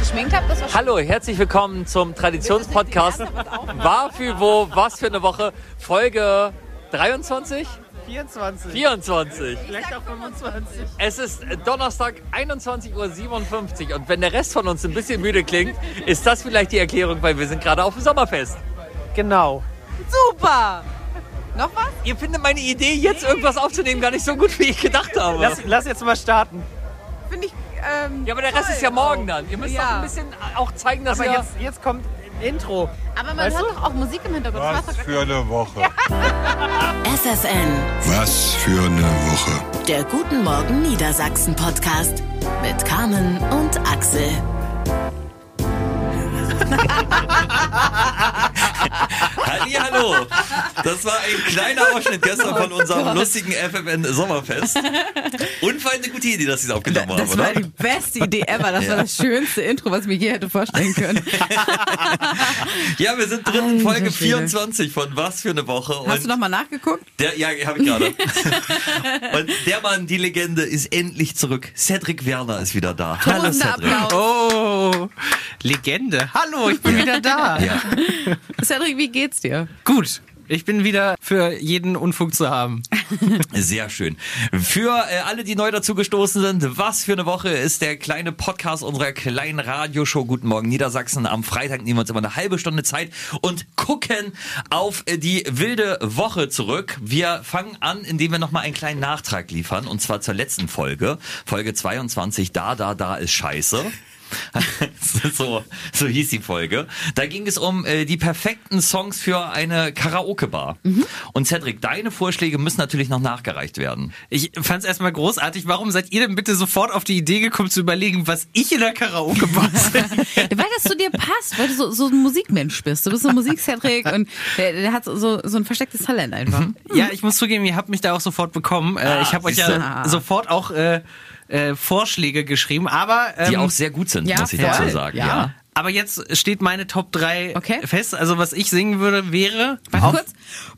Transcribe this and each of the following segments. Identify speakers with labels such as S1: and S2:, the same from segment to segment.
S1: geschminkt habe, das war
S2: Hallo, herzlich willkommen zum Traditionspodcast.
S1: Willst du das nicht die erste-
S2: War für wo, was für eine Woche, Folge 23?
S3: 24.
S2: 24.
S3: Vielleicht auch 25.
S2: Es ist Donnerstag, 21.57 Uhr und wenn der Rest von uns ein bisschen müde klingt, ist das vielleicht die Erklärung, weil wir sind gerade auf dem Sommerfest.
S3: Genau.
S1: Super! Noch was?
S2: Ihr findet meine Idee, jetzt irgendwas aufzunehmen, gar nicht so gut, wie ich gedacht habe.
S3: Lass, lass jetzt mal starten.
S1: Finde ich. Ähm,
S2: ja, aber der Rest
S1: toll.
S2: ist ja morgen dann. Ihr müsst
S1: Ja.
S2: doch ein bisschen auch zeigen, dass
S3: Aber
S2: ihr...
S3: jetzt, jetzt kommt ein Intro.
S1: Aber man
S3: Weißt
S1: hört
S3: du?
S1: doch auch Musik im Hintergrund. Das
S4: Was
S1: macht doch
S4: für eine Woche.
S5: FFN,
S4: Was für eine Woche.
S5: der Guten Morgen Niedersachsen Podcast mit Carmen und Axel.
S6: Hallo. Das war ein
S7: Oh
S6: kleiner Ausschnitt gestern von unserem lustigen FFN Sommerfest. Und vor allem eine gute Idee, dass sie es aufgenommen haben,
S7: Das war
S6: oder?
S7: die beste Idee ever. Das war das schönste Intro, was ich mir je hätte vorstellen können.
S6: Ja, wir sind drin in Folge
S7: Alter Schwede.
S6: 24 von Was für eine Woche. Und
S7: Hast du nochmal nachgeguckt?
S6: der, ja, habe ich gerade. Und der Mann, die Legende, ist endlich zurück. Cedric Werner ist wieder da. Hallo
S7: Tausender
S6: Cedric.
S7: Applaus.
S3: Oh, Legende. Hallo, ich bin wieder da.
S6: Ja.
S7: Cedric, wie geht's dir?
S3: Gut. Ich bin wieder für jeden Unfug zu haben.
S6: Sehr schön. Für äh, alle, die neu dazugestoßen sind, was für eine Woche ist der kleine Podcast unserer kleinen Radioshow Guten Morgen Niedersachsen. Am Freitag nehmen wir uns immer eine halbe Stunde Zeit und gucken auf äh, die wilde Woche zurück. Wir fangen an, indem wir nochmal einen kleinen Nachtrag liefern und zwar zur letzten Folge. Folge 22, da, da, da ist scheiße. so, so hieß die Folge. Da ging es um äh, die perfekten Songs für eine Karaoke-Bar.
S7: Mhm.
S6: Und Cedric, deine Vorschläge müssen natürlich noch nachgereicht werden.
S3: Ich fand's erstmal großartig. Warum seid ihr denn bitte sofort auf die Idee gekommen zu überlegen, was ich in der Karaoke bar
S7: Ja, weil das zu dir passt, weil du so, so ein Musikmensch bist. Du bist so ein Musik-Cedric und der, der hat so, so ein verstecktes Talent einfach.
S3: Ja, ich muss zugeben, ihr habt mich da auch sofort bekommen. Äh, ich habe euch
S6: siehste.
S3: ja sofort auch äh, äh, Vorschläge geschrieben, aber ähm,
S6: Die auch sehr gut sind,
S7: ja,
S6: muss ich
S7: voll,
S6: dazu sagen.
S7: ja.
S6: Ja.
S3: aber jetzt steht meine Top 3
S7: Okay.
S3: fest. Also was ich singen würde, wäre
S7: Warte kurz.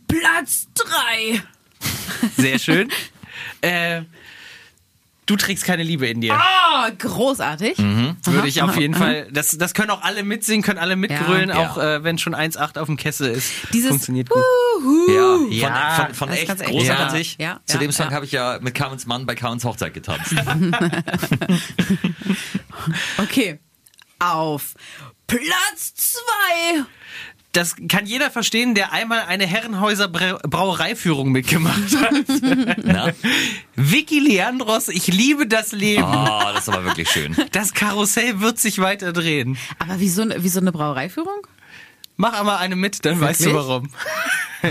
S7: Platz drei.
S3: sehr schön. äh, du trägst keine Liebe in dir.
S7: Oh, großartig.
S3: Würde ich auf jeden Fall. Das, das können auch alle mitsingen, können alle mitgrölen,
S6: Ja.
S3: auch äh, wenn schon 1,8 auf dem Kessel ist.
S7: Dieses
S3: funktioniert gut.
S6: Ja,
S3: Ja.
S6: von, von, von
S7: Uh. Das ist
S6: echt
S7: ganz echt.
S6: großartig.
S7: Ja, ja,
S6: Zu dem
S7: ja,
S6: Song
S7: ja.
S6: habe ich ja mit Carmens Mann bei Carmens Hochzeit getanzt.
S7: Okay. Auf Platz zwei.
S3: Das kann jeder verstehen, der einmal eine Herrenhäuser Bra- Brauereiführung mitgemacht hat.
S6: Na?
S3: Vicky Leandros, ich liebe das Leben.
S7: Ah.
S6: Oh, das war wirklich schön.
S3: Das Karussell wird sich weiter drehen.
S7: Aber wie so, eine- wie so eine Brauereiführung?
S3: Mach einmal eine mit, dann weißt du
S7: Wirklich?
S3: warum.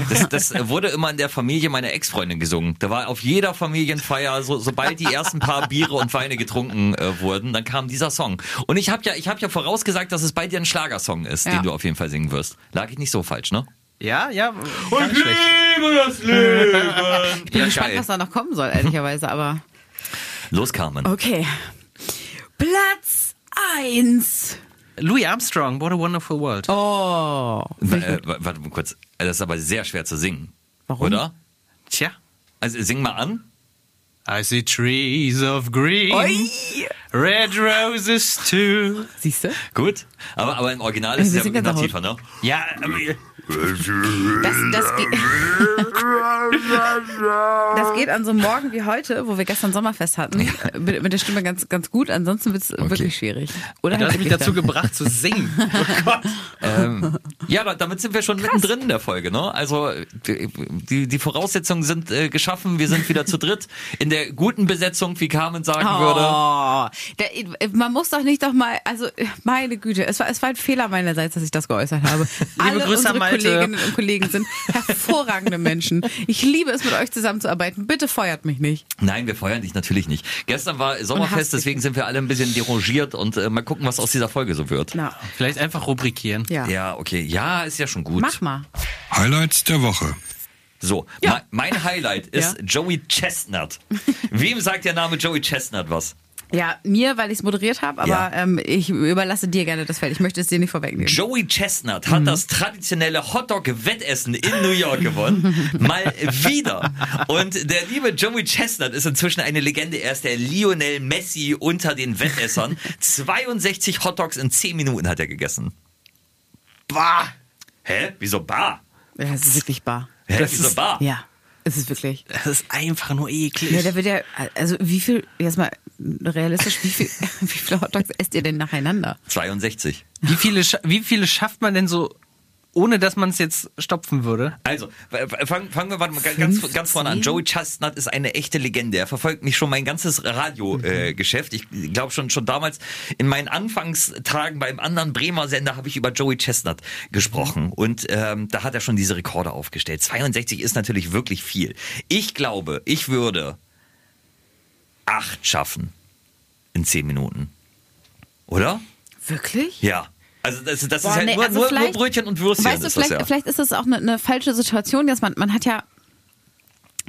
S6: Das, das wurde immer in der Familie meiner Ex-Freundin gesungen. Da war auf jeder Familienfeier, so, sobald die ersten paar Biere und Weine getrunken äh, wurden, dann kam dieser Song. Und ich habe ja, ich hab ja vorausgesagt, dass es bei dir ein Schlagersong ist,
S7: Ja.
S6: den du auf jeden Fall singen wirst. Lag ich nicht so falsch, ne?
S3: Ja, ja.
S7: Ich bin
S6: Ja,
S7: gespannt,
S6: geil.
S7: was da noch kommen soll, ehrlicherweise, aber.
S6: Los, Carmen.
S7: Okay. Platz 1.
S3: Louis Armstrong, What a Wonderful World.
S7: Oh.
S6: W- Äh, w- warte mal kurz. Äh, Das ist aber sehr schwer zu singen. Warum? Oder?
S3: Tja.
S6: Also sing mal an.
S3: I see trees of green, red roses too.
S7: Siehst du?
S6: Gut. Aber, aber im Original
S7: Also,
S6: ist
S7: Wir
S6: es ja
S7: singen jetzt
S6: noch
S7: auch.
S6: tiefer, ne?
S3: Ja, ähm,
S7: Das, das, geht, das geht an so einem Morgen wie heute, wo wir gestern Sommerfest hatten, mit, mit der Stimme ganz, ganz gut. Ansonsten wird es wirklich schwierig. Oder
S3: du hast
S7: halt
S3: mich
S7: wirklich
S3: dazu
S7: dann-
S3: gebracht zu singen.
S6: Ähm, ja, da- damit sind wir schon mittendrin in der Folge, ne? Also die, die- die Voraussetzungen sind äh, geschaffen, wir sind wieder zu dritt in der guten Besetzung, wie Carmen sagen würde.
S7: Oh, der, man muss doch nicht doch mal, also meine Güte, es war, es war ein Fehler meinerseits, dass ich das geäußert habe. Alle
S3: Grüße
S7: unsere
S3: an Malte.
S7: Kolleginnen und Kollegen sind hervorragende Menschen. Ich liebe es, mit euch zusammenzuarbeiten. Bitte feuert mich nicht.
S6: Nein, wir feuern dich natürlich nicht. Gestern war
S7: Und hast
S6: Sommerfest,
S7: dich.
S6: deswegen sind wir alle ein bisschen derangiert und äh, mal gucken, was aus dieser Folge so wird.
S7: Na,
S3: Vielleicht einfach rubrikieren.
S7: ja.
S6: Ja, okay. Ja, ist ja schon gut.
S7: Mach mal.
S4: Highlights der Woche.
S6: So,
S7: Ja.
S6: me- mein Highlight ist
S7: Ja.
S6: Joey Chestnut. Wem sagt der Name Joey Chestnut was?
S7: Ja, mir, weil ich es moderiert habe, aber
S6: Ja.
S7: ähm, ich überlasse dir gerne das Feld. Ich möchte es dir nicht vorwegnehmen.
S6: Joey Chestnut hat das traditionelle Hotdog-Wettessen in New York gewonnen. Mal wieder. Und der liebe Joey Chestnut ist inzwischen eine Legende. Er ist der Lionel Messi unter den Wettessern. 62 Hotdogs in 10 Minuten hat er gegessen. Bah! Hä? Wieso bah?
S7: Ja, es ist wirklich bar.
S6: Hä? Wieso bah?
S7: Ja, es ist wirklich.
S3: Das ist einfach nur eklig.
S7: Ja, da wird ja, also wie viel, jetzt mal realistisch, wie viel, wie viele Hotdogs esst ihr denn nacheinander?
S6: 62.
S3: wie, viele, scha- wie viele schafft man denn so, ohne dass man es jetzt stopfen würde?
S6: Also, fangen fangen wir warte mal, ganz,
S7: Fünf,
S6: ganz vorne an.
S7: zehn?
S6: Joey Chestnut ist eine echte Legende. Er verfolgt mich schon mein ganzes Radiogeschäft. Äh, Geschäft. ich glaube schon, schon damals in meinen Anfangstagen beim anderen Bremer Sender habe ich über Joey Chestnut gesprochen.
S7: Mhm.
S6: Und ähm, da hat er schon diese Rekorde aufgestellt. 62 ist natürlich wirklich viel. Ich glaube, ich würde acht schaffen in zehn Minuten. Oder?
S7: Wirklich?
S6: Ja. Also das, das
S7: Boah,
S6: ist halt
S7: nee,
S6: nur,
S7: also
S6: nur, nur
S7: vielleicht-
S6: Brötchen und Würstchen.
S7: Weißt du,
S6: ist
S7: vielleicht,
S6: das ja.
S7: vielleicht ist das auch eine, eine falsche Situation, dass man, man hat ja,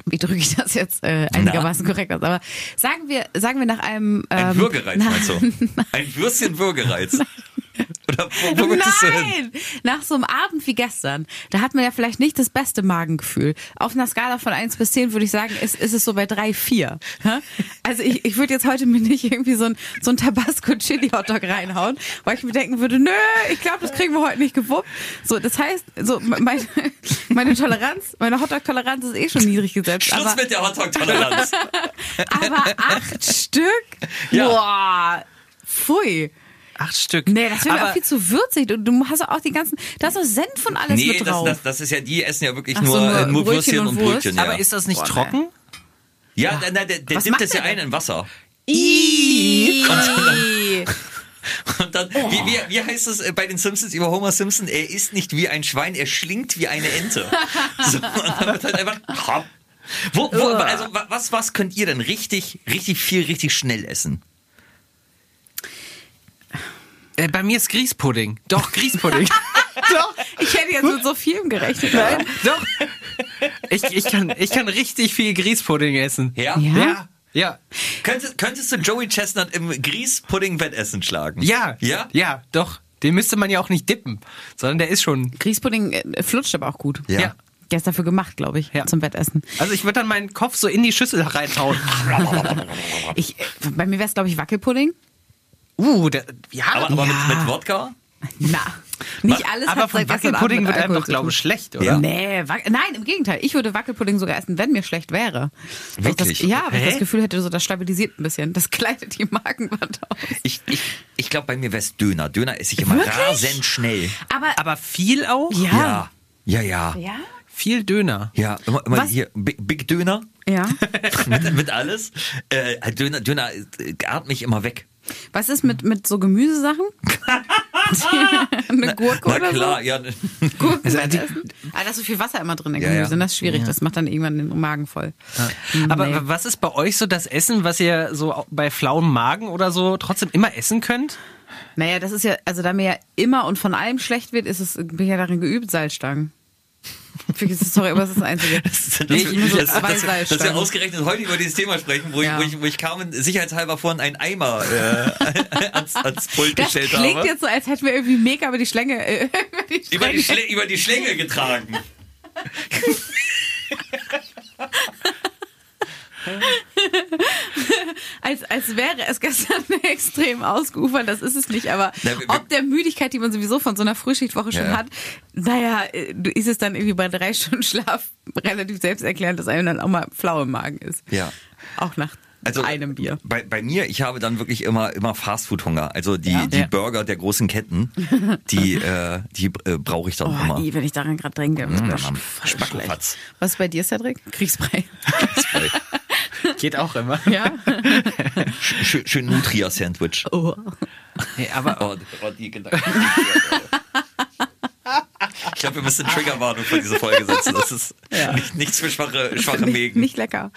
S7: wie drücke ich das jetzt äh, einigermaßen korrekt aus, aber sagen wir, sagen wir nach einem, ähm,
S6: Ein Würgereiz,
S7: nach,
S6: meinst du? Ein Würstchen Würgereiz. Oder wo, wo willst du hin?
S7: Nein! Nach so einem Abend wie gestern, da hat man ja vielleicht nicht das beste Magengefühl. Auf einer Skala von 1 bis 10 würde ich sagen, ist, ist es so bei 3, 4. Ja? Also ich, ich würde jetzt heute mir nicht irgendwie so ein, so ein Tabasco-Chili-Hotdog reinhauen, weil ich mir denken würde, nö, ich glaube, das kriegen wir heute nicht gewuppt. So, das heißt, so me- meine, meine Toleranz, meine Hotdog-Toleranz ist eh schon niedrig gesetzt.
S6: Schluss
S7: aber,
S6: mit der Hotdog-Toleranz.
S7: aber acht Stück?
S6: Ja.
S7: Boah, pfui.
S3: Acht Stück.
S7: Nee, das wäre mir
S3: Aber-
S7: auch viel zu würzig. Du, du hast auch die ganzen, da ist auch Senf und alles
S6: nee,
S7: mit
S6: das,
S7: drauf.
S6: das, das ist ja, die essen ja wirklich
S7: Ach so,
S6: nur,
S7: nur
S6: äh, nur Würstchen
S7: Brötchen
S6: und,
S7: und
S6: Brötchen.
S7: Wurst.
S6: Ja,
S3: Aber ist das nicht
S7: Boah,
S3: trocken?
S6: ja na, na, der, der
S7: Was
S6: dippt
S7: macht
S6: das ja
S7: der
S6: ein
S7: denn?
S6: in Wasser.
S7: Ih.
S6: Und dann,
S7: Oh.
S6: wie, wie, wie heißt es äh, bei den Simpsons über Homer Simpson? Er isst nicht wie ein Schwein, er schlingt wie eine Ente. So, und dann wird halt einfach. hopp. Wo, wo, also, wa- was, was könnt ihr denn richtig, richtig viel, richtig schnell essen?
S3: Äh, bei mir ist Grießpudding. Doch, Grießpudding.
S7: Doch, ich hätte jetzt mit so vielem gerechnet. Nein.
S3: Doch. Ich, ich, kann, ich kann richtig viel Grießpudding essen.
S6: Ja?
S7: Ja.
S3: Ja. Ja.
S6: Könntest, könntest du Joey Chestnut im Grießpudding-Wettessen schlagen?
S3: Ja.
S6: Ja?
S3: Ja, doch. Den müsste man ja auch nicht dippen, sondern der ist schon.
S7: Grießpudding äh, flutscht aber auch gut.
S6: Ja.
S7: Der ist dafür gemacht, glaube ich,
S3: Ja.
S7: zum Wettessen.
S3: Also ich würde dann meinen Kopf so in die Schüssel reinhauen.
S7: Ich, äh, bei mir wäre es, glaube ich, Wackelpudding.
S3: Uh, der, ja.
S6: Aber, aber
S3: ja.
S6: mit, mit Wodka?
S7: Na, nicht alles
S3: aber
S7: hat
S3: von
S7: seit gestern
S3: Wackelpudding
S7: Abend
S3: wird
S7: mit Alkohol
S3: einem doch,
S7: zu
S3: glaube ich,
S7: tun.
S3: schlecht, oder?
S6: Ja.
S7: Nee, Wac- nein, im Gegenteil. Ich würde Wackelpudding sogar essen, wenn mir schlecht wäre. Weil ich
S6: Wirklich?
S7: Das, ja, weil ich
S3: Hä?
S7: das Gefühl hätte, so das stabilisiert ein bisschen. Das gleitet die Magenwand aus.
S6: Ich, ich, ich glaube, bei mir wär's Döner. Döner esse ich immer
S7: Wirklich?
S6: rasend schnell.
S7: Aber,
S3: Aber viel auch?
S7: ja.
S6: Ja, ja. Ja,
S7: Ja?
S3: Viel Döner.
S6: ja immer, immer
S7: Was-
S6: hier. Big, Big Döner
S7: Ja.
S6: mit, mit alles. Äh, Döner, Döner äh, atmet mich immer weg.
S7: Was ist mit, mit so Gemüsesachen? Eine Gurke
S6: Na
S7: oder
S6: klar,
S7: so?
S6: ja.
S7: Gurken also, ah, da ist so viel Wasser immer drin in
S6: Ja,
S7: Gemüse. ne?
S6: ja.
S7: Das ist schwierig. Das macht dann irgendwann den Magen voll. Hm,
S3: Aber
S7: Nee.
S3: was ist bei euch so das Essen, was ihr so bei flauem Magen oder so trotzdem immer essen könnt?
S7: Naja, das ist ja, also da mir ja immer und von allem schlecht wird, ist es, bin ich ja darin geübt, Salzstangen. Wirklich, Sorry, aber es ist das Einzige.
S6: Das,
S7: Nee, ich muss so
S6: das, das,
S7: zwei
S6: das, dass wir
S7: Salzstangen.
S6: ausgerechnet heute über dieses Thema sprechen, wo,
S7: Ja.
S6: ich, wo, ich, wo ich Carmen sicherheitshalber vorhin einen Eimer äh, ans, ans Pult
S7: Das
S6: gestellt
S7: klingt
S6: habe.
S7: jetzt so, als hätten wir irgendwie mega über die Schlänge. Äh, über die
S6: Über
S7: Schlänge-
S6: die, Schle über die Schlinge getragen.
S7: als, als wäre es gestern extrem ausgeufert, das ist es nicht, aber
S6: Na, wir-
S7: ob der Müdigkeit, die man sowieso von so einer Frühschichtwoche schon
S6: Ja, ja.
S7: hat, naja, äh, ist es dann irgendwie bei drei Stunden Schlaf relativ selbsterklärend, dass einem dann auch mal flau im Magen ist.
S6: Ja. Also, äh,
S7: Auch nach einem Bier.
S6: Bei, bei mir, ich habe dann wirklich immer, immer Fastfood-Hunger. Also die, die
S7: Ja.
S6: Burger der großen Ketten, die, äh, die äh, brauche ich dann
S7: Oh,
S6: immer.
S7: I, wenn ich daran gerade denke. Mm,
S6: Hm, Mann. Spackofatz.
S7: Was ist bei dir, Cedric? Kriegsbrei.
S3: Geht auch immer.
S7: ja?
S6: Schön, schön Nutria-Sandwich. Oh.
S3: Nee, aber
S6: Oh, die Gedanken. äh. Ich glaube, wir müssen eine Triggerwarnung für diese Folge setzen. Das ist nicht, nichts für schwache, schwache
S7: nicht,
S6: Mägen.
S7: nicht lecker.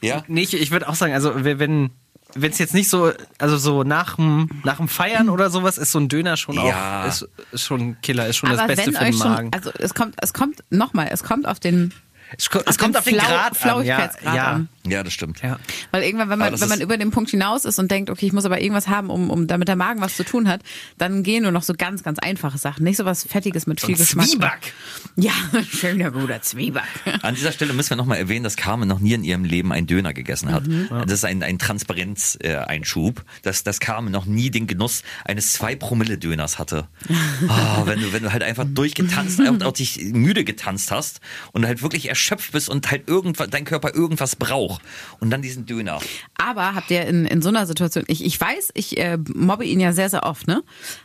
S6: Ja?
S3: nee, ich, ich würde auch sagen, also we- wenn wenn es jetzt nicht so, also so nach dem nach dem Feiern oder sowas ist so ein Döner schon
S6: Ja.
S3: auch ist, ist schon ein Killer, ist schon
S7: aber
S3: das Beste
S7: wenn
S3: für den
S7: euch schon,
S3: Magen.
S7: also es kommt, es kommt nochmal, es kommt auf den
S3: Es, ko- es
S7: den
S3: kommt auf den
S7: Flau-
S3: Grad an. Ja,
S7: Flauschigkeitsgrad
S3: ja.
S7: an.
S6: Ja, das stimmt.
S3: ja.
S7: Weil irgendwann, wenn
S6: Aber
S7: man,
S6: das
S7: wenn man
S6: ist-
S7: über den Punkt hinaus ist und denkt, okay, ich muss aber irgendwas haben, um, um damit der Magen was zu tun hat, dann gehen nur noch so ganz, ganz einfache Sachen. Nicht so was Fettiges mit viel Geschmack.
S3: Zwieback.
S7: Ja, schöner guter Zwieback.
S6: An dieser Stelle müssen wir nochmal erwähnen, dass Carmen noch nie in ihrem Leben einen Döner gegessen hat.
S7: Mhm.
S6: Das ist ein, ein Transparenz-Einschub, äh, dass, dass Carmen noch nie den Genuss eines 2-Promille-Döners hatte. Ah, wenn, du, wenn du halt einfach durchgetanzt und auch dich müde getanzt hast und halt wirklich erschöpft bist und halt irgendwas, dein Körper irgendwas braucht. Und dann diesen Döner.
S7: Aber habt ihr in, in so einer Situation, ich, ich weiß, ich äh, mobbe ihn ja sehr, sehr oft, ne?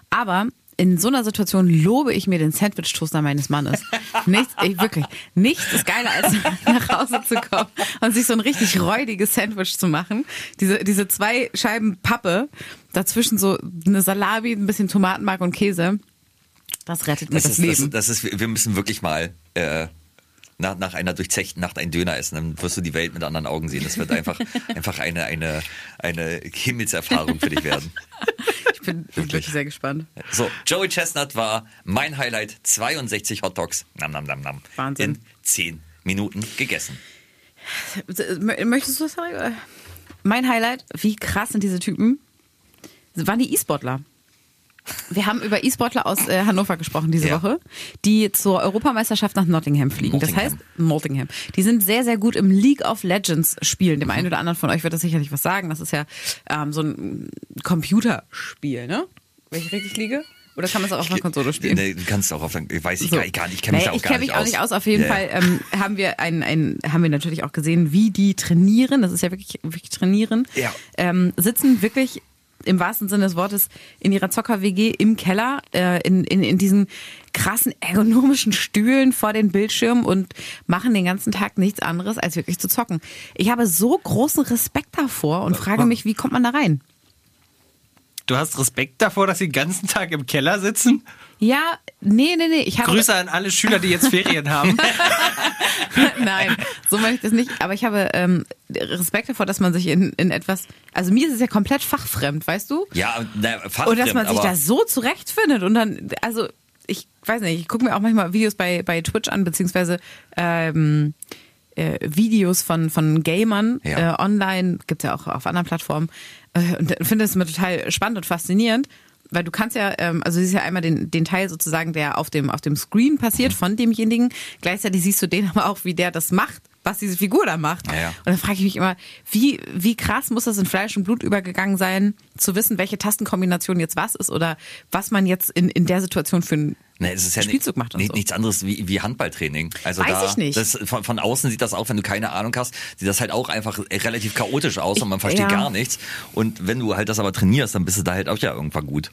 S7: Aber in so einer Situation lobe ich mir den Sandwich-Toaster meines Mannes. Nichts, ich, wirklich, nichts ist geiler, als nach Hause zu kommen und sich so ein richtig räudiges Sandwich zu machen. Diese, diese zwei Scheiben Pappe, dazwischen so eine Salami, ein bisschen Tomatenmark und Käse. Das rettet mir das,
S6: ist,
S7: Leben.
S6: Das, das ist, wir müssen wirklich mal äh, nach, nach einer durchzechten Nacht einen Döner essen, dann wirst du die Welt mit anderen Augen sehen. Das wird einfach, einfach eine, eine, eine Himmelserfahrung für dich werden.
S7: ich bin wirklich sehr gespannt.
S6: So, Joey Chestnut war mein Highlight, 62 Hot Dogs, nam nam nam nam,
S7: Wahnsinn.
S6: in 10 Minuten gegessen.
S7: Mö- Möchtest du das sagen? oder? Mein Highlight, wie krass sind diese Typen? Das waren die E-Sportler. Wir haben über E-Sportler aus äh, Hannover gesprochen diese
S6: Ja.
S7: Woche, die zur Europameisterschaft nach Nottingham fliegen. Das heißt,
S6: Nottingham.
S7: Nottingham. Die sind sehr, sehr gut im League of Legends spielen.
S6: Mhm.
S7: Dem einen oder anderen von euch wird das sicherlich was sagen. Das ist ja ähm, so ein Computerspiel, ne? Wenn ich richtig liege? Oder kann man es auch auf einer Konsole spielen?
S6: Nee, du kannst auch auf, weiß ich
S7: So.
S6: gar nicht, ich kenne
S7: Nee,
S6: mich da auch
S7: ich
S6: gar
S7: kenn
S6: nicht
S7: mich
S6: aus.
S7: auch nicht aus. Auf jeden
S6: Ja, ja.
S7: Fall ähm, haben, wir ein, ein, haben wir natürlich auch gesehen, wie die trainieren. Das ist ja wirklich, wirklich trainieren.
S6: Ja.
S7: Ähm, sitzen wirklich im wahrsten Sinne des Wortes in ihrer Zocker-WG im Keller, äh, in, in, in diesen krassen ergonomischen Stühlen vor den Bildschirmen und machen den ganzen Tag nichts anderes, als wirklich zu zocken. Ich habe so großen Respekt davor
S6: Äh,
S7: und frage mich, wie kommt man da rein?
S3: Du hast Respekt davor, dass sie den ganzen Tag im Keller sitzen?
S7: Ja, nee, nee, nee. Ich habe
S3: Grüße an alle Schüler, die jetzt Ferien haben.
S7: Nein, so meine ich das nicht. Aber ich habe ähm, Respekt davor, dass man sich in, in etwas. Also mir ist es ja komplett fachfremd, weißt du?
S6: Ja, na, fast
S7: Und dass man
S6: drin,
S7: sich
S6: aber
S7: da so zurechtfindet und dann, also ich weiß nicht, ich gucke mir auch manchmal Videos bei, bei Twitch an, beziehungsweise ähm, äh, Videos von, von Gamern
S6: Ja.
S7: äh, online, gibt's ja auch auf anderen Plattformen. Äh, und dann finde es mir total spannend und faszinierend. Weil du kannst ja, ähm, also siehst ja einmal den, den Teil sozusagen, der auf dem, auf dem Screen passiert
S6: Mhm.
S7: von demjenigen. Gleichzeitig siehst du den aber auch, wie der das macht, was diese Figur da macht.
S6: Ja, ja.
S7: Und dann frage ich mich immer, wie, wie krass muss das in Fleisch und Blut übergegangen sein, zu wissen, welche Tastenkombination jetzt was ist oder was man jetzt in, in der Situation für einen
S6: Nee, es ist ja
S7: Spielzug
S6: ni-
S7: macht und
S6: ni-
S7: so.
S6: nichts anderes wie, wie Handballtraining. Also
S7: Weiß
S6: da,
S7: ich nicht.
S6: Das, von, von außen sieht das auch, wenn du keine Ahnung hast, sieht das halt auch einfach relativ chaotisch aus und man
S7: Ich-
S6: versteht
S7: ja.
S6: gar nichts. Und wenn du halt das aber trainierst, dann bist du da halt auch ja irgendwann gut.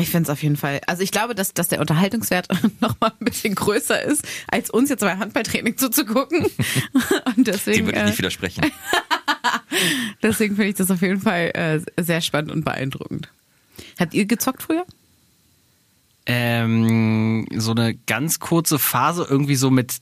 S7: Ich finde es auf jeden Fall. Also ich glaube, dass, dass der Unterhaltungswert nochmal ein bisschen größer ist, als uns jetzt beim Handballtraining zuzugucken. Und
S6: Dem
S7: deswegen,
S6: würde ich
S7: äh,
S6: nicht widersprechen.
S7: deswegen finde ich das auf jeden Fall äh, sehr spannend und beeindruckend. Habt ihr gezockt früher?
S3: ähm, so eine ganz kurze Phase, irgendwie so mit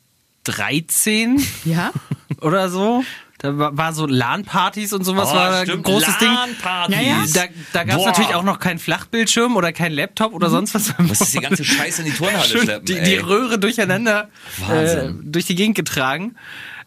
S3: 13
S7: Ja.
S3: oder so. Da war, war so LAN-Partys und sowas,
S6: Oh,
S3: war ein
S6: stimmt,
S3: großes Ding.
S6: LAN-Partys.
S3: Da, da gab es
S6: Boah.
S3: natürlich auch noch keinen Flachbildschirm oder keinen Laptop oder sonst was.
S6: Du musstest die ganze Scheiße in die Turnhalle
S3: Schön
S6: schleppen.
S3: die,
S6: ey.
S3: die Röhre durcheinander äh,
S6: Wahnsinn.
S3: durch die Gegend getragen.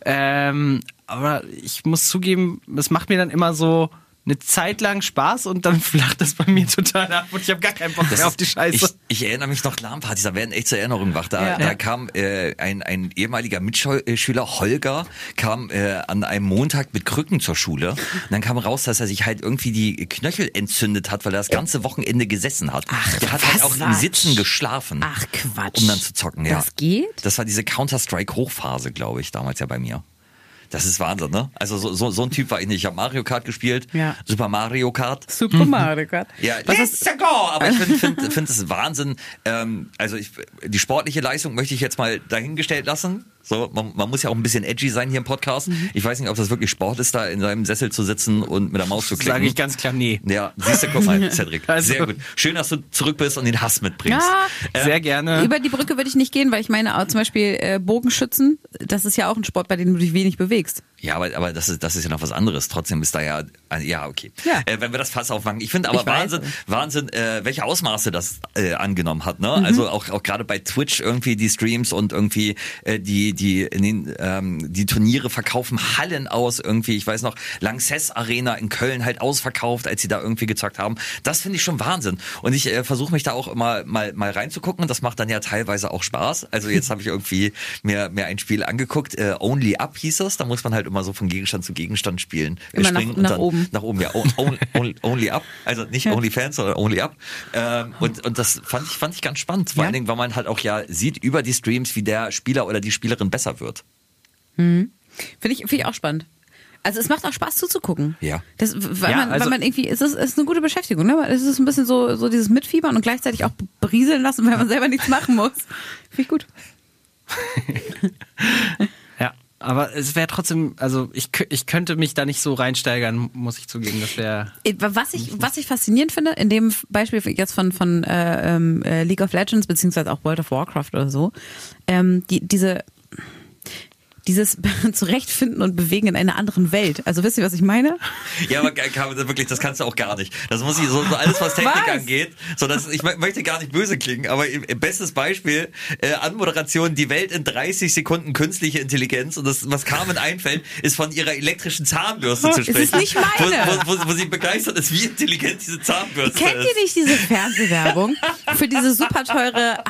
S3: Ähm, aber ich muss zugeben, es macht mir dann immer so eine Zeit lang Spaß und dann flacht das bei mir total ab und ich habe gar keinen Bock
S6: Das
S3: mehr
S6: ist-
S3: auf die Scheiße.
S6: Ich, ich erinnere mich noch LAN-Partys, da werden echt zur Erinnerung wach. Da,
S7: Ja.
S6: da
S7: Ja.
S6: kam äh, ein, ein ehemaliger Mitschüler, Holger, kam äh, an einem Montag mit Krücken zur Schule. Und dann kam raus, dass er sich halt irgendwie die Knöchel entzündet hat, weil er das ganze Wochenende gesessen hat.
S7: Ach,
S6: Der hat halt
S7: was,
S6: auch im
S7: Quatsch.
S6: Sitzen geschlafen.
S7: Ach, Quatsch.
S6: Um dann zu zocken, ja.
S7: Das geht?
S6: Das war diese Counter-Strike-Hochphase, glaube ich, damals ja bei mir. Das ist Wahnsinn, ne? Also so, so, so ein Typ war ich nicht. Ich habe Mario Kart gespielt,
S7: Ja.
S6: Super Mario Kart.
S7: Super Mario Kart.
S6: Ja, das ist go. Aber ich finde find, find es Wahnsinn. Ähm, also ich, die sportliche Leistung möchte ich jetzt mal dahingestellt lassen. So, man, man muss ja auch ein bisschen edgy sein hier im Podcast.
S3: Mhm.
S6: Ich weiß nicht, ob das wirklich Sport ist, da in seinem Sessel zu sitzen und mit der Maus zu klicken.
S3: Sage ich ganz klar, nee.
S6: ja, siehst du, guck mal, Cedric.
S3: Also-
S6: Sehr gut. Schön, dass du zurück bist und den Hass mitbringst. Ähm,
S7: Ja.
S3: Sehr gerne.
S7: Über die äh, Brücke würde ich nicht gehen, weil ich meine, auch zum Beispiel äh, Bogenschützen, das ist ja auch ein Sport, bei dem du dich wenig bewegst.
S6: Ja, aber, aber das, ist, das ist ja noch was anderes. Trotzdem ist da ja, ja, okay.
S3: Ja.
S6: Äh, wenn wir das Fass aufmachen. Ich finde aber
S3: Ich weiß.
S6: Wahnsinn, Wahnsinn, äh, welche Ausmaße das äh, angenommen hat.
S3: Mhm.
S6: Ne? Also auch, auch gerade bei Twitch irgendwie die Streams und irgendwie äh, die, die, in den, ähm, die Turniere verkaufen Hallen aus irgendwie. Ich weiß noch, Lanxess Arena in Köln halt ausverkauft, als sie da irgendwie gezockt haben. Das finde ich schon Wahnsinn. Und ich äh, versuche mich da auch immer mal, mal reinzugucken und das macht dann ja teilweise auch Spaß. Also jetzt habe ich irgendwie mir, mir ein Spiel angeguckt, äh, Only Up hieß das. Da muss man halt immer so von Gegenstand zu Gegenstand spielen. äh,
S7: Immer nach-
S6: springen und
S7: nach
S6: dann
S7: oben.
S6: nach oben, ja. On- on- on- Only up. Also nicht Only Fans, sondern Only up. Ähm, und, und das fand ich, fand ich ganz spannend. Vor allen Dingen, weil man halt auch ja sieht über die Streams, wie der Spieler oder die Spielerin besser wird.
S7: Finde ich, finde ich auch spannend. Also es macht auch Spaß zuzugucken.
S6: Ja.
S7: Das, weil,
S3: Ja,
S7: man,
S3: also-
S7: weil man irgendwie, es ist, es ist eine gute Beschäftigung, ne? Weil Es ist ein bisschen so, so dieses Mitfiebern und gleichzeitig auch berieseln lassen, weil man selber nichts machen muss. Finde ich gut.
S3: Ja, aber es wäre trotzdem, also ich, kö- ich könnte mich da nicht so reinsteigern, muss ich zugeben. Das wäre.
S7: Was ich, was ich faszinierend finde, in dem Beispiel jetzt von, von äh, ähm, äh, League of Legends, beziehungsweise auch World of Warcraft oder so, ähm, die, diese, dieses Zurechtfinden und Bewegen in einer anderen Welt. Also wisst ihr, was ich meine?
S6: Ja, aber ge- kann- wirklich, das kannst du auch gar nicht. Das muss ich, so, so alles, was Technik
S7: Was?
S6: angeht, so das, ich mö- möchte gar nicht böse klingen, aber im- im bestes Beispiel, äh, Anmoderation, die Welt in 30 Sekunden künstliche Intelligenz und das, was Carmen einfällt, ist von ihrer elektrischen Zahnbürste zu
S7: Es ist
S6: sprechen.
S7: nicht meine.
S6: Wo, wo, wo, wo sie begeistert ist, wie intelligent diese Zahnbürste
S7: Kennt
S6: ist.
S7: ihr nicht diese Fernsehwerbung für diese super teure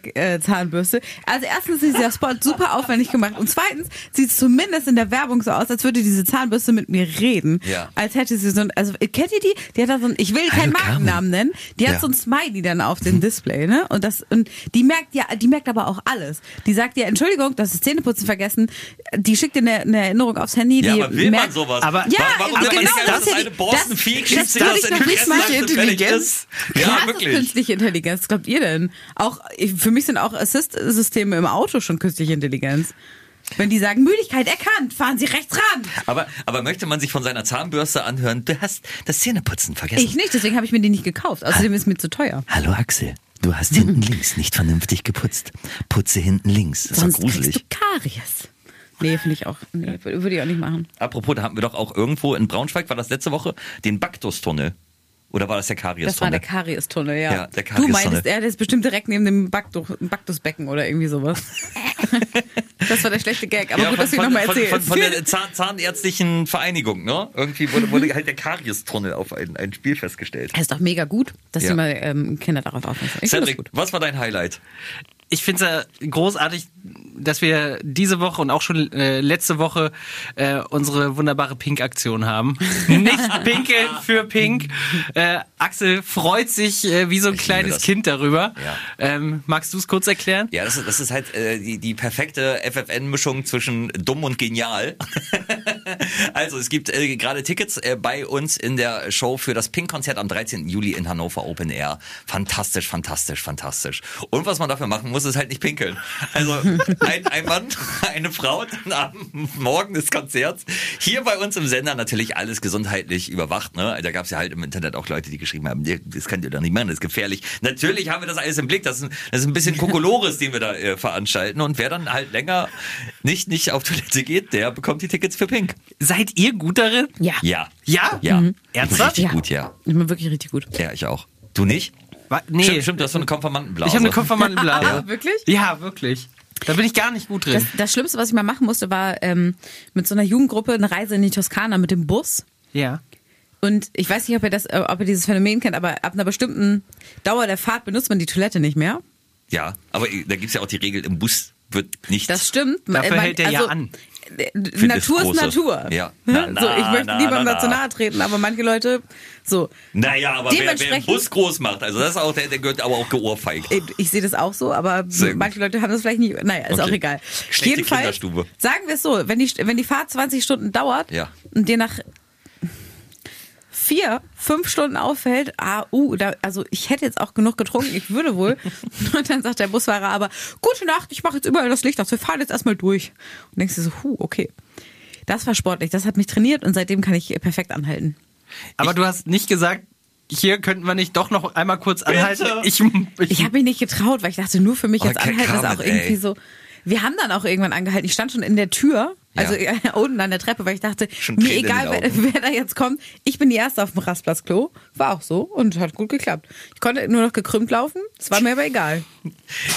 S7: Hightech-Zahnbürste? Also erstens ist dieser Spot super aufwendig gemacht und zweitens sieht es zumindest in der Werbung so aus, als würde diese Zahnbürste mit mir reden.
S6: Ja.
S7: Als hätte sie so ein, also äh, kennt ihr die? Die hat da so ein, ich will keinen Markennamen nennen, die hat
S6: Ja. Mhm.
S7: so ein Smiley dann auf dem Display, ne? Und das, und die merkt ja, die merkt aber auch alles. Die sagt ja, Entschuldigung, das ist Zähneputzen vergessen, die schickt dir eine, eine Erinnerung aufs Handy,
S6: Ja,
S7: die
S6: aber will man
S7: merkt,
S6: sowas?
S3: Aber-
S6: Wa-
S7: Ja,
S6: warum will man
S7: genau,
S6: nicht
S7: das
S6: einfach,
S7: ist
S6: dass
S7: ja
S6: eine
S7: die-
S6: Borstenfee
S7: das-
S6: schießt, sich
S7: das
S6: aus
S7: würde ich
S6: den
S7: doch nicht
S6: Fressen,
S7: mal
S6: wenn fertig
S3: Intelligenz.
S6: ist?
S7: Klar,
S6: Ja,
S7: es ist
S6: wirklich.
S7: künstliche Intelligenz. Was Glaubt ihr denn? Auch ich- für mich sind auch Assist-Systeme im Auto schon künstliche Intelligenz. Wenn die sagen, Müdigkeit erkannt, fahren Sie rechts ran.
S6: Aber, aber möchte man sich von seiner Zahnbürste anhören, du hast das Zähneputzen vergessen.
S7: Ich nicht, deswegen habe ich mir die nicht gekauft. Außerdem ist mir zu teuer.
S6: Hallo Axel, du hast hinten links nicht vernünftig geputzt. Putze hinten links. Das
S7: Sonst kriegst du Karies. Nee, finde ich auch. Nee, wür- würde ich auch nicht machen.
S6: Apropos, da hatten wir doch auch irgendwo in Braunschweig, war das letzte Woche, den Baktustunnel. Oder war das der
S7: Das war
S6: Karies-Tunnel?
S7: der Karies-Tunnel, ja.
S6: Ja, der
S7: du
S6: Karies-Tunnel.
S7: meintest, er der ist bestimmt direkt neben dem Baktus- Baktusbecken oder irgendwie sowas. das war der schlechte Gag, aber
S6: Ja,
S7: gut,
S6: von-
S7: dass du ihn
S6: von-
S7: nochmal
S6: von-
S7: erzählst.
S6: Von, von der Zahn, Zahnärztlichen Vereinigung, ne? Irgendwie wurde, wurde halt der Karies-Tunnel auf ein, ein Spiel festgestellt.
S7: ist doch mega gut, dass
S6: Ja.
S7: die mal ähm, Kinder darauf aufmerksam Ich finde das
S6: Cedric,
S7: gut.
S6: was war dein Highlight?
S3: Ich finde es ja großartig, dass wir diese Woche und auch schon äh, letzte Woche äh, unsere wunderbare Pink-Aktion haben. Nicht pinkeln für Pink. Äh, Axel freut sich äh, wie so ein
S6: Ich liebe
S3: kleines
S6: das.
S3: Kind darüber.
S6: Ja.
S3: Ähm, magst du es kurz erklären?
S6: Ja, das ist, das ist halt äh, die, die perfekte FFN-Mischung zwischen dumm und genial. also es gibt äh, gerade Tickets äh, bei uns in der Show für das Pink-Konzert am 13. Juli in Hannover Open Air. Fantastisch, fantastisch, fantastisch. Und was man dafür machen muss, ist halt nicht pinkeln. Also ein, ein Mann, eine Frau dann am Morgen des Konzerts. Hier bei uns im Sender natürlich alles gesundheitlich überwacht. Ne? Da gab's ja halt im Internet auch Leute, die geschrieben haben, "Nee, das könnt ihr doch nicht machen, das ist gefährlich. Natürlich haben wir das alles im Blick. Das ist ein, das ist ein bisschen Kokolores, den wir da äh, veranstalten. Und wer dann halt länger nicht, nicht auf Toilette geht, der bekommt die Tickets für Pink.
S3: Seid ihr gut darin?
S7: Ja.
S6: Ja.
S3: Ja?
S6: Ja.
S3: Ernsthaft?
S6: Richtig gut, ja.
S7: Ich bin wirklich richtig gut.
S6: Ja, ich auch. Du nicht?
S3: Wa- Nee,
S6: Stimmt, stimmt, du hast so eine Konfirmandenblase.
S3: ich habe eine
S6: Ah,
S3: Konfirmandenblase.
S7: Ja. Ah, Wirklich?
S3: Ja, wirklich. Da bin ich gar nicht gut
S7: Das,
S3: drin.
S7: das Schlimmste, was ich mal machen musste, war ähm, mit so einer Jugendgruppe eine Reise in die Toskana mit dem Bus.
S3: ja.
S7: Und ich weiß nicht, ob ihr, das, äh, ob ihr dieses Phänomen kennt, aber ab einer bestimmten Dauer der Fahrt benutzt man die Toilette nicht mehr.
S6: Ja, aber da gibt's ja auch die Regel, im Bus wird nichts.
S7: Das stimmt.
S3: Dafür
S7: Man-
S3: hält der ja an.
S7: äh,
S6: Findest
S7: Natur ist
S6: große.
S7: Natur.
S6: Ja.
S7: Na,
S6: Na, na,
S7: so, ich möchte
S6: na,
S7: niemandem
S6: na,
S7: dazu
S6: na.
S7: nahe treten, aber manche Leute, so,
S6: Naja, aber wer, wer den
S7: Dementsprechend-
S6: Bus groß macht, also das ist auch, der, der gehört aber auch geohrfeigt.
S7: Ey, Ich sehe das auch so, aber
S6: Sehr gut.
S7: manche Leute haben das vielleicht nicht. Naja, ist
S6: Okay.
S7: auch egal.
S6: Schlechte
S7: Jedenfalls
S6: Kinderstube.
S7: sagen wir es so, wenn die, wenn die Fahrt 20 Stunden dauert
S6: Ja.
S7: und dir nach vier, fünf Stunden auffällt, ah, uh, da, also ich hätte jetzt auch genug getrunken, ich würde wohl. und dann sagt der Busfahrer aber, gute Nacht, ich mache jetzt überall das Licht aus, wir fahren jetzt erstmal durch. Und denkst du so, huh, okay. Das war sportlich, das hat mich trainiert und seitdem kann ich perfekt anhalten.
S3: Aber du hast nicht gesagt, hier könnten wir nicht doch noch einmal kurz anhalten. Ich,
S7: Ich habe mich nicht getraut, weil ich dachte, nur für mich
S6: Oh,
S7: jetzt
S6: Ke-
S7: anhalten ist
S6: Carmen,
S7: auch irgendwie
S6: ey.
S7: so. Wir haben dann auch irgendwann angehalten. Ich stand schon in der Tür, also
S6: Ja.
S7: unten an der Treppe, weil ich dachte,
S6: Schon
S7: mir
S6: Tränen in
S7: egal,
S6: den
S7: wer,
S6: Augen.
S7: wer da jetzt kommt, ich bin die Erste auf dem Rastplatz-Klo. War auch so und hat gut geklappt. Ich konnte nur noch gekrümmt laufen, es war mir aber egal.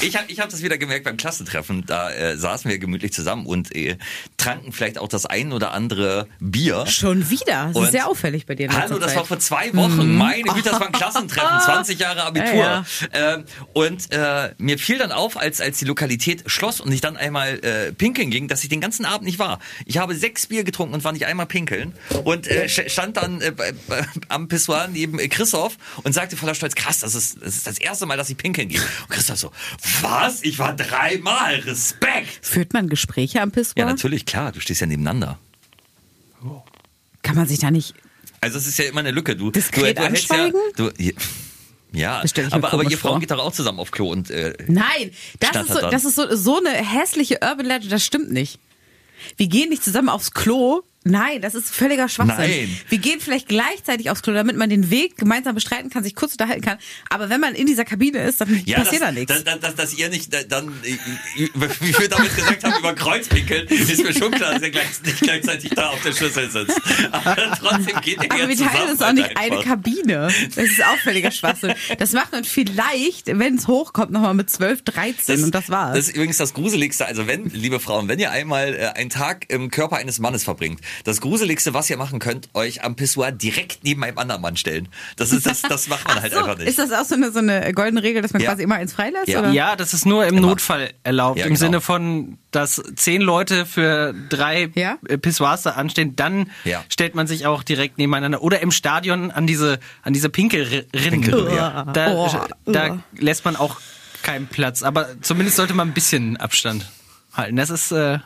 S6: Ich habe ich hab das wieder gemerkt beim Klassentreffen. Da äh, saßen wir gemütlich zusammen und äh, tranken vielleicht auch das ein oder andere Bier.
S7: Schon wieder? Das
S6: Und-
S7: ist sehr auffällig bei dir in letzter
S6: Hallo, Mhm. das
S7: Zeit.
S6: war vor zwei Wochen. Meine Güte, das war ein Klassentreffen, 20 Jahre Abitur.
S7: Ja,
S6: Ähm, und äh, mir fiel dann auf, als, als die Lokalität schloss und ich dann einmal äh, pinkeln ging, dass ich den ganzen Abend nicht war. Ich habe sechs Bier getrunken und war nicht einmal pinkeln. Und äh, sch- stand dann äh, bei- bei- am Pissoir neben äh, Christoph und sagte voller Stolz, krass, das ist das, ist das erste Mal, dass ich pinkeln gehe. Und Christoph so, was? Ich war dreimal, Respekt.
S7: Führt man Gespräche am Pissoir?
S6: Ja, natürlich, klar, du stehst ja nebeneinander.
S7: Kann man sich da nicht...
S6: Also es ist ja immer eine Lücke. Du,
S7: Diskret
S6: du, du hältst ja,
S7: anschweigen?
S6: du, je- ja,
S7: Das stell ich mir
S6: aber, aber
S7: komisch
S6: ihr Frauen
S7: vor.
S6: geht doch auch zusammen auf Klo und äh,
S7: Nein, das
S6: Statt
S7: ist,
S6: hat
S7: so,
S6: dann-
S7: das ist so, so eine hässliche Urban Legend, das stimmt nicht. Wir gehen nicht zusammen aufs Klo. Nein, das ist völliger Schwachsinn.
S6: Nein.
S7: Wir gehen vielleicht gleichzeitig aufs Klo, damit man den Weg gemeinsam bestreiten kann, sich kurz unterhalten kann. Aber wenn man in dieser Kabine ist, dann
S6: ja,
S7: passiert
S6: dass,
S7: da nichts.
S6: Dass, dass, dass, dass ihr nicht äh, dann, äh, wie wir damit gesagt haben, über Kreuz pinkeln, ist mir schon klar, dass ihr gleich, nicht gleichzeitig da auf der Schüssel sitzt. Aber trotzdem geht ihr
S7: Aber
S6: ja
S7: wir
S6: zusammen.
S7: teilen uns auch
S6: halt
S7: nicht eine
S6: einfach.
S7: Kabine. Das ist auch völliger Schwachsinn. Das macht man vielleicht, wenn es hochkommt, nochmal mit 12, 13 und das war's.
S6: Das ist übrigens das Gruseligste. Also wenn, liebe Frauen, wenn ihr einmal äh, einen Tag im Körper eines Mannes verbringt, das Gruseligste, was ihr machen könnt, euch am Pissoir direkt neben einem anderen Mann stellen. Das ist das, das macht man halt
S7: so,
S6: einfach nicht.
S7: Ist das auch so eine, so eine goldene Regel, dass man
S6: Ja.
S7: quasi immer eins freilässt?
S6: Ja.
S7: Oder?
S3: Ja, das ist nur im Notfall erlaubt.
S6: Ja,
S3: Im
S6: genau.
S3: Sinne von, dass zehn Leute für drei
S7: Ja.
S3: äh, Pissoirs da anstehen, dann
S6: Ja.
S3: stellt man sich auch direkt nebeneinander. Oder im Stadion an diese, an diese Pinkelrinnen.
S6: Pinkelrinne,
S3: da,
S6: ja.
S3: da lässt man auch keinen Platz. Aber zumindest sollte man ein bisschen Abstand halten. Das ist äh,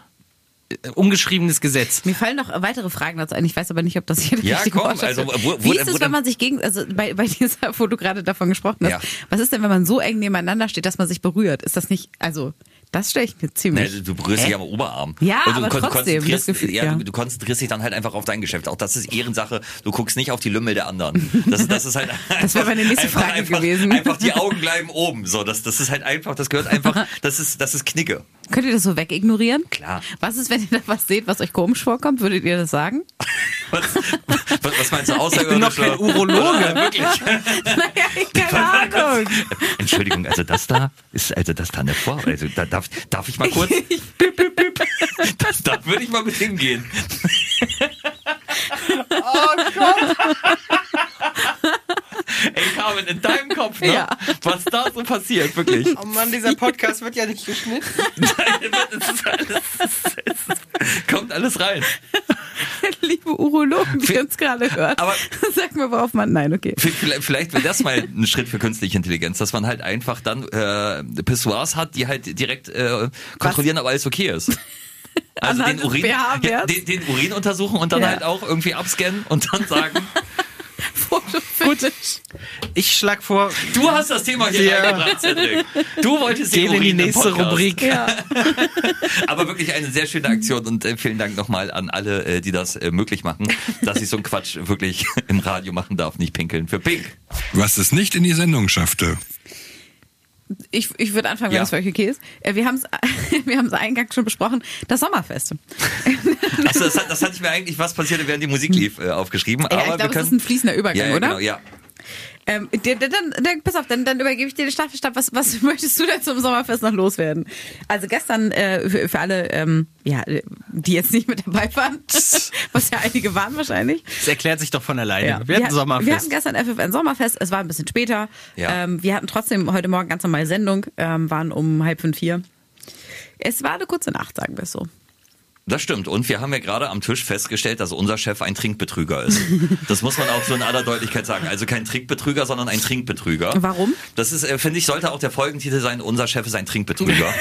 S3: ungeschriebenes Gesetz.
S7: Mir fallen noch weitere Fragen dazu ein. Ich weiß aber nicht, ob das hier der
S6: Ja,
S7: richtige
S6: komm,
S7: Wortschatz
S6: also,
S7: ist.
S6: wo- wo-
S7: Wie ist
S6: wo
S7: es,
S6: denn-
S7: wenn man sich gegen, also bei, bei dieser, wo du gerade davon gesprochen hast,
S6: Ja.
S7: was ist denn, wenn man so eng nebeneinander steht, dass man sich berührt? Ist das nicht, also, das stelle ich mir
S6: Nee,
S7: ziemlich.
S6: also du berührst dich am Oberarm.
S7: Ja,
S6: Und du
S7: aber
S6: kon-
S7: trotzdem,
S6: konzentrierst-
S7: das Gefühl,
S6: ja,
S7: ja.
S6: Du, du konzentrierst dich dann halt einfach auf dein Geschäft. Auch das ist Ehrensache. Du guckst nicht auf die Lümmel der anderen. Das, ist- das ist halt
S7: Das wäre meine nächste
S6: einfach-
S7: Frage
S6: einfach,
S7: gewesen.
S6: Einfach die Augen bleiben oben. So, das, das ist halt einfach, das gehört einfach, das ist, das ist Knicke.
S7: Könnt ihr das so wegignorieren?
S6: Klar.
S7: Was ist, wenn ihr da was seht, was euch komisch vorkommt? Würdet ihr das sagen?
S6: Was, was, was meinst du, außer
S3: bin noch kein Urologe.
S6: Wirklich.
S7: naja, ich- keine Ahnung.
S6: Entschuldigung, also das da ist, also das da eine Vor, also da darf, darf ich mal kurz, das, da würde ich mal mit hingehen. Oh Gott! Ey, Carmen, in deinem Kopf, ne?
S7: Ja.
S6: Was da so passiert, wirklich.
S8: Oh Mann, dieser Podcast wird ja nicht geschnitten.
S6: Es ist alles, es ist, kommt alles rein.
S7: Liebe Urologen, die
S6: Fe-
S7: uns gerade hören.
S6: Aber-
S7: Sag mir, worauf man, nein, okay.
S6: Vielleicht, vielleicht wäre das mal ein Schritt für künstliche Intelligenz, dass man halt einfach dann äh, Pissoirs hat, die halt direkt äh, kontrollieren, ob alles okay ist. Also
S7: Anhand
S6: den
S7: des
S6: Urin,
S7: pH-Werts.
S6: ja, den, den Urin untersuchen und dann
S7: Ja.
S6: halt auch irgendwie abscannen und dann sagen,
S7: Fotofinish.
S3: Ich schlage vor,
S6: du hast das Thema hier
S3: Ja.
S6: reingebracht, Cedric. Du wolltest den
S3: gehen
S6: Urin
S3: in die
S6: im
S3: nächste
S6: Podcast.
S3: Rubrik.
S6: Aber wirklich eine sehr schöne Aktion und äh, vielen Dank nochmal an alle, äh, die das äh, möglich machen, dass ich so einen Quatsch wirklich im Radio machen darf, nicht pinkeln für Pink.
S4: Was es nicht in die Sendung schaffte.
S7: ich, ich würde anfangen, wenn
S6: Ja.
S7: es für euch okay ist. Äh, Wir haben es wir haben's eingangs schon besprochen, das Sommerfest.
S6: Achso, das, hat- das hatte ich mir eigentlich, was passierte, während die Musik lief, äh, aufgeschrieben.
S7: Ja,
S6: Aber
S7: ich
S6: wir
S7: glaube, es
S6: können,
S7: ist ein fließender Übergang,
S6: ja, ja,
S7: oder?
S6: Genau, ja.
S7: Ähm, dann, dann, dann, pass auf, dann, dann übergebe ich dir den Staffelstab. Was, was möchtest du denn zum Sommerfest noch loswerden? Also gestern, äh, für, für alle, ähm, ja, äh, die jetzt nicht mit dabei waren, was ja einige waren wahrscheinlich.
S3: Das erklärt sich doch von alleine.
S7: Ja.
S3: Wir hatten
S7: hat- Wir hatten
S3: Sommerfest.
S7: gestern FFN Sommerfest, es war ein bisschen später.
S6: Ja.
S7: Ähm, wir hatten trotzdem heute Morgen ganz normal Sendung, ähm, waren um halb fünf, vier. Es war eine kurze Nacht, sagen wir es so.
S6: Das stimmt. Und wir haben ja gerade am Tisch festgestellt, dass unser Chef ein Trinkbetrüger ist. Das muss man auch so in aller Deutlichkeit sagen. Also kein Trinkbetrüger, sondern ein Trinkbetrüger.
S7: Warum?
S6: Das ist, äh, finde ich, sollte auch der Folgentitel sein, unser Chef ist ein Trinkbetrüger.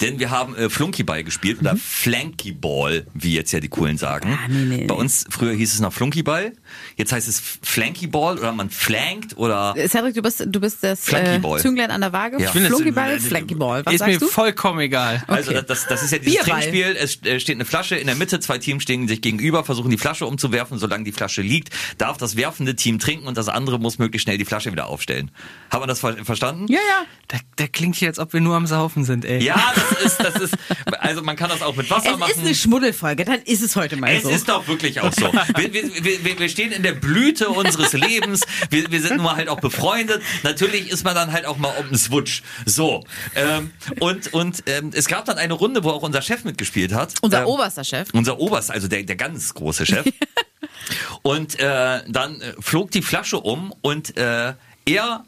S6: Denn wir haben äh, Flunkyball gespielt oder Flankyball, wie jetzt ja die Coolen sagen.
S7: Mhm. Ah, nee, nee, nee.
S6: Bei uns früher hieß es noch Flunkyball, jetzt heißt es Flankyball oder man flankt oder...
S7: Cedric, du bist, du bist das äh,
S6: Flankyball.
S7: Zünglein an der Waage.
S6: Ja. Ich
S3: bin jetzt-
S7: Flunkyball,
S6: äh,
S7: Flankyball. Was
S3: ist mir
S7: sagst du?
S3: vollkommen egal.
S6: Also das- das, das ist ja dieses
S7: Bierball.
S6: Trinkspiel. Es äh, steht eine Flasche in der Mitte, zwei Teams stehen sich gegenüber, versuchen die Flasche umzuwerfen. Solange die Flasche liegt, darf das werfende Team trinken und das andere muss möglichst schnell die Flasche wieder aufstellen. Haben wir das ver verstanden?
S7: Ja, ja.
S3: Da, da klingt hier, als ob wir nur am Saufen sind, ey.
S6: Ja, das ist, das ist, also man kann das auch mit Wasser
S7: Es
S6: machen.
S7: ist eine Schmuddelfolge, dann ist es heute mal
S6: Es
S7: so.
S6: ist doch wirklich auch so. Wir, wir, wir- wir, wir stehen in der Blüte unseres Lebens. Wir, wir sind nur halt auch befreundet. Natürlich ist man dann halt auch mal um den Switch. So. Ähm, und und ähm, es gab dann eine Runde, wo auch unser Chef mitgespielt hat.
S7: Unser
S6: ähm,
S7: oberster Chef.
S6: Unser Oberst, also der, der ganz große Chef. und äh, dann äh, flog die Flasche um und äh, er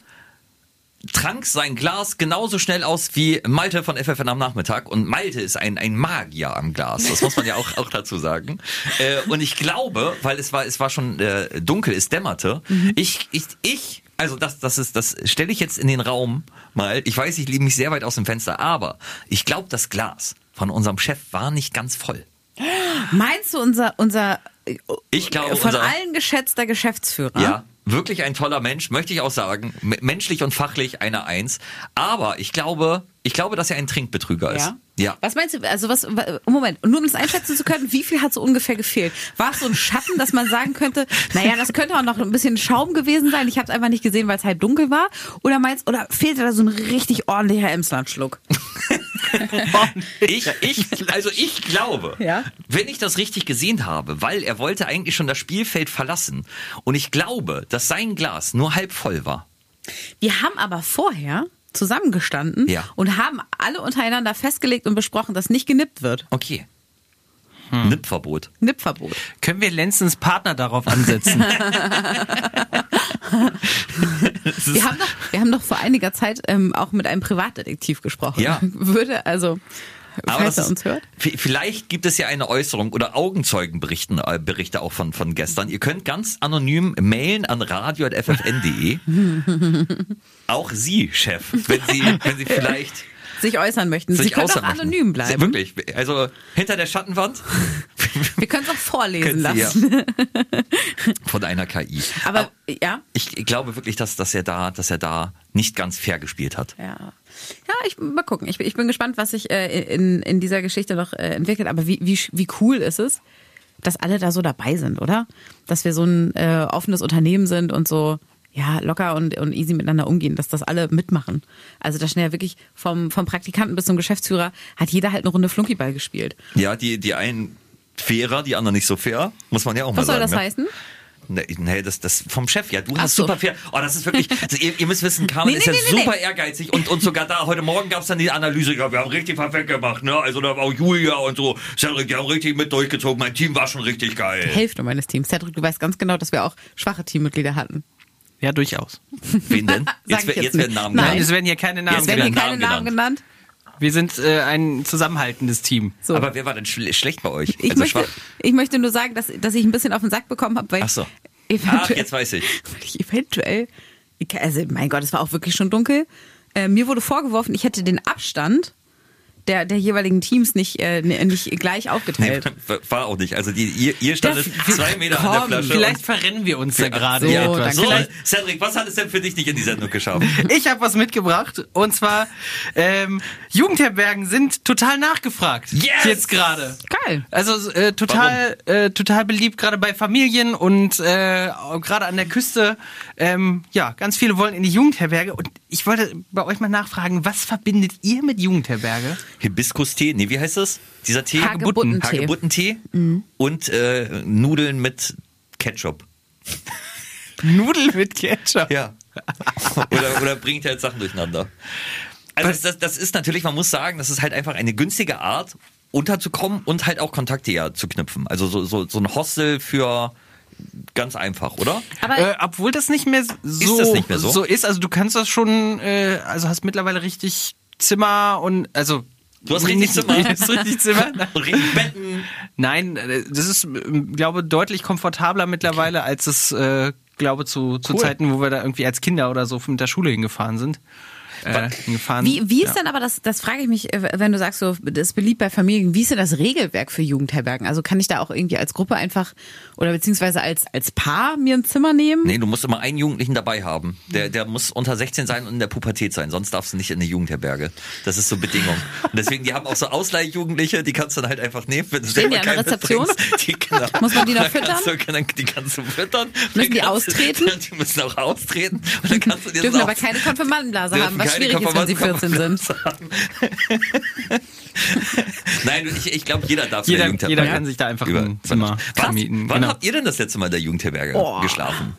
S6: trank sein Glas genauso schnell aus wie Malte von FFN am Nachmittag. Und Malte ist ein, ein Magier am Glas. Das muss man ja auch, auch dazu sagen. Äh, und ich glaube, weil es war, es war schon äh, dunkel, es dämmerte. Ich, ich, ich, also das, das ist, das stelle ich jetzt in den Raum mal. Ich weiß, ich lebe mich sehr weit aus dem Fenster, aber ich glaube, das Glas von unserem Chef war nicht ganz voll.
S7: Meinst du unser, unser äh,
S6: Ich glaube,
S7: von
S6: unser-
S7: allen geschätzter Geschäftsführer?
S6: Ja, wirklich ein toller Mensch, möchte ich auch sagen. M- Menschlich und fachlich eine Eins. Aber ich glaube, ich glaube, dass er ein Trinkbetrüger ist.
S7: Ja.
S6: Ja.
S7: Was meinst du, also was, wa- Moment, nur um das einschätzen zu können, wie viel hat so ungefähr gefehlt? War es so ein Schatten, dass man sagen könnte, naja, das könnte auch noch ein bisschen Schaum gewesen sein, ich habe es einfach nicht gesehen, weil es halb dunkel war? Oder meinst oder fehlte da so ein richtig ordentlicher Emslandschluck?
S6: Ich, ich, also ich glaube,
S7: Ja.
S6: wenn ich das richtig gesehen habe, weil er wollte eigentlich schon das Spielfeld verlassen und ich glaube, dass sein Glas nur halb voll war.
S7: Wir haben aber vorher zusammengestanden
S6: Ja.
S7: und haben alle untereinander festgelegt und besprochen, dass nicht genippt wird.
S6: Okay.
S7: Hm.
S6: Nippverbot.
S7: Nippverbot.
S3: Können wir Lenzens Partner darauf ansetzen?
S7: Wir haben, doch, wir haben doch vor einiger Zeit ähm, auch mit einem Privatdetektiv gesprochen.
S6: Ja.
S7: Würde also,
S6: Aber
S7: falls er
S6: das ist-
S7: uns hört.
S6: v- Vielleicht gibt es ja eine Äußerung oder Augenzeugenberichten, äh, Berichte auch von, von gestern. Ihr könnt ganz anonym mailen an radio.ffn.de. E. auch Sie, Chef, wenn Sie, wenn Sie vielleicht
S7: sich äußern möchten. Sie
S6: sich
S7: können auch
S6: äußern möchten.
S7: anonym bleiben.
S6: Wirklich. Also hinter der Schattenwand
S7: Wir können es auch vorlesen
S6: können Sie ja
S7: lassen.
S6: von einer KI.
S7: Aber ja.
S6: ich glaube wirklich, dass, dass er da, dass er da nicht ganz fair gespielt hat.
S7: Ja, ja ich, mal gucken. Ich, bin- ich bin gespannt, was sich äh, in, in dieser Geschichte noch äh, entwickelt. Aber wie, wie, wie cool ist es, dass alle da so dabei sind, oder? Dass wir so ein äh, offenes Unternehmen sind und so ja, locker und, und easy miteinander umgehen, dass das alle mitmachen. Also da schnell wirklich vom, vom Praktikanten bis zum Geschäftsführer hat jeder halt eine Runde Flunkyball gespielt.
S6: Ja, die, die einen fairer, die anderen nicht so fair, muss man ja auch mal
S7: Was soll
S6: sagen.
S7: das
S6: ne?
S7: heißen?
S6: Nee, nee das, das vom Chef, ja. Du
S7: Ach
S6: hast
S7: so.
S6: super fair. Oh, das ist wirklich. Das, ihr, ihr müsst wissen, Carmen
S7: Nee,
S6: ist
S7: nee,
S6: ja
S7: nee, nee,
S6: super
S7: nee.
S6: ehrgeizig und, und sogar da. Heute Morgen gab es dann die Analyse, ja, wir haben richtig perfekt gemacht, ne? Also da war auch Julia und so. Cedric, die haben richtig mit durchgezogen. Mein Team war schon richtig geil.
S7: Hälfte meines Teams. Cedric, du weißt ganz genau, dass wir auch schwache Teammitglieder hatten.
S3: ja, durchaus.
S6: Wen denn?
S7: Sag
S6: Jetzt,
S7: ich
S6: wer-
S7: jetzt
S6: jetzt werden
S7: nicht.
S6: Namen
S3: Nein,
S6: genannt.
S3: es werden hier keine Namen
S7: Jetzt werden hier
S6: genannt,
S7: keine
S6: Genau, Namen
S7: Namen genannt.
S3: Wir sind äh, ein zusammenhaltendes Team.
S7: So.
S6: Aber wer war denn schl schlecht bei euch?
S7: Ich,
S6: also
S7: möchte,
S6: schwach.
S7: ich möchte nur sagen, dass, dass ich ein bisschen auf den Sack bekommen habe, weil
S6: Ach so.
S7: ich
S6: Ach,
S7: eventuell,
S6: jetzt weiß ich.
S7: weil ich eventuell, ich- also mein Gott, es war auch wirklich schon dunkel. Äh, mir wurde vorgeworfen, ich hätte den Abstand der, der jeweiligen Teams nicht, äh, nicht gleich
S6: Nee,
S7: aufgeteilt.
S6: war auch nicht. Also die, ihr, ihr standet
S3: Das-
S6: zwei Meter an
S3: Komm,
S6: der Flasche.
S3: Vielleicht verrennen wir uns da gerade
S7: so,
S3: etwas.
S7: danke.
S6: So,
S3: Vielleicht
S6: Cedric, was hat es denn für dich nicht in die Sendung geschafft?
S3: Ich habe was mitgebracht und zwar ähm, Jugendherbergen sind total nachgefragt
S6: Yes!
S3: jetzt gerade.
S7: Geil.
S3: Also äh, total äh, total beliebt gerade bei Familien und äh, auch gerade an der Küste. Ähm, ja, ganz viele wollen in die Jugendherberge und ich wollte bei euch mal nachfragen, was verbindet ihr mit Jugendherberge?
S6: Hibiskus-Tee, nee, wie heißt das? Dieser Tee?
S7: Hagebuttentee.
S6: Hagebuttentee und äh, Nudeln mit Ketchup.
S3: Nudeln mit Ketchup.
S6: Ja. oder, oder bringt halt Sachen durcheinander. Also das, das ist natürlich, man muss sagen, das ist halt einfach eine günstige Art, unterzukommen und halt auch Kontakte ja zu knüpfen. Also so, so, so ein Hostel für ganz einfach, oder?
S7: Aber
S3: Äh, obwohl das nicht mehr so
S6: das nicht mehr so?
S3: ist, also du kannst das schon, äh, also hast mittlerweile richtig Zimmer und also
S6: Du hast richtig
S3: nicht-
S6: Zimmer.
S3: Du hast richtig Zimmer.
S6: Und richtig Betten.
S3: Nein, äh, das ist, ähm, glaube deutlich komfortabler mittlerweile, als es, äh, glaube zu, zu
S6: Cool.
S3: Zeiten, wo wir da irgendwie als Kinder oder so mit der Schule hingefahren sind. Äh, hingefahren.
S7: wie, wie ist
S3: ja.
S7: denn aber das, das frage ich mich, äh, wenn du sagst, so, das ist beliebt bei Familien, wie ist denn das Regelwerk für Jugendherbergen? Also kann ich da auch irgendwie als Gruppe einfach oder beziehungsweise als, als Paar mir ein Zimmer nehmen?
S6: Nee, du musst immer einen Jugendlichen dabei haben. Der, der muss unter 16 sein und in der Pubertät sein, sonst darfst du nicht in eine Jugendherberge. Das ist so Bedingung. Und deswegen, die haben auch so Ausleihjugendliche, die kannst du dann halt einfach nehmen, wenn du selber
S7: die an der
S6: keinen
S7: Rezeption?
S6: mitbringst. Die, genau.
S7: Muss man die noch
S6: Dann kannst
S7: füttern?
S6: Du, dann, die kannst du füttern.
S7: Müssen
S6: Dann
S7: die
S6: kannst du-
S7: austreten?
S6: Die müssen auch austreten. Und dann kannst du dir
S7: Dürfen
S6: das
S7: aber
S6: auch-
S7: keine Konfirmandenblase haben,
S6: Dürfen
S7: schwierig ist, wenn sie 14 sind.
S6: Nein, ich, ich glaube, jeder darf in
S3: Jeder-
S6: der Jugendherberge.
S3: jeder kann sich da einfach
S6: Über-
S3: ein Zimmer
S6: Krass.
S3: vermieten,
S6: Wann
S3: genau.
S6: habt ihr denn das letzte Mal in der Jugendherberge geschlafen?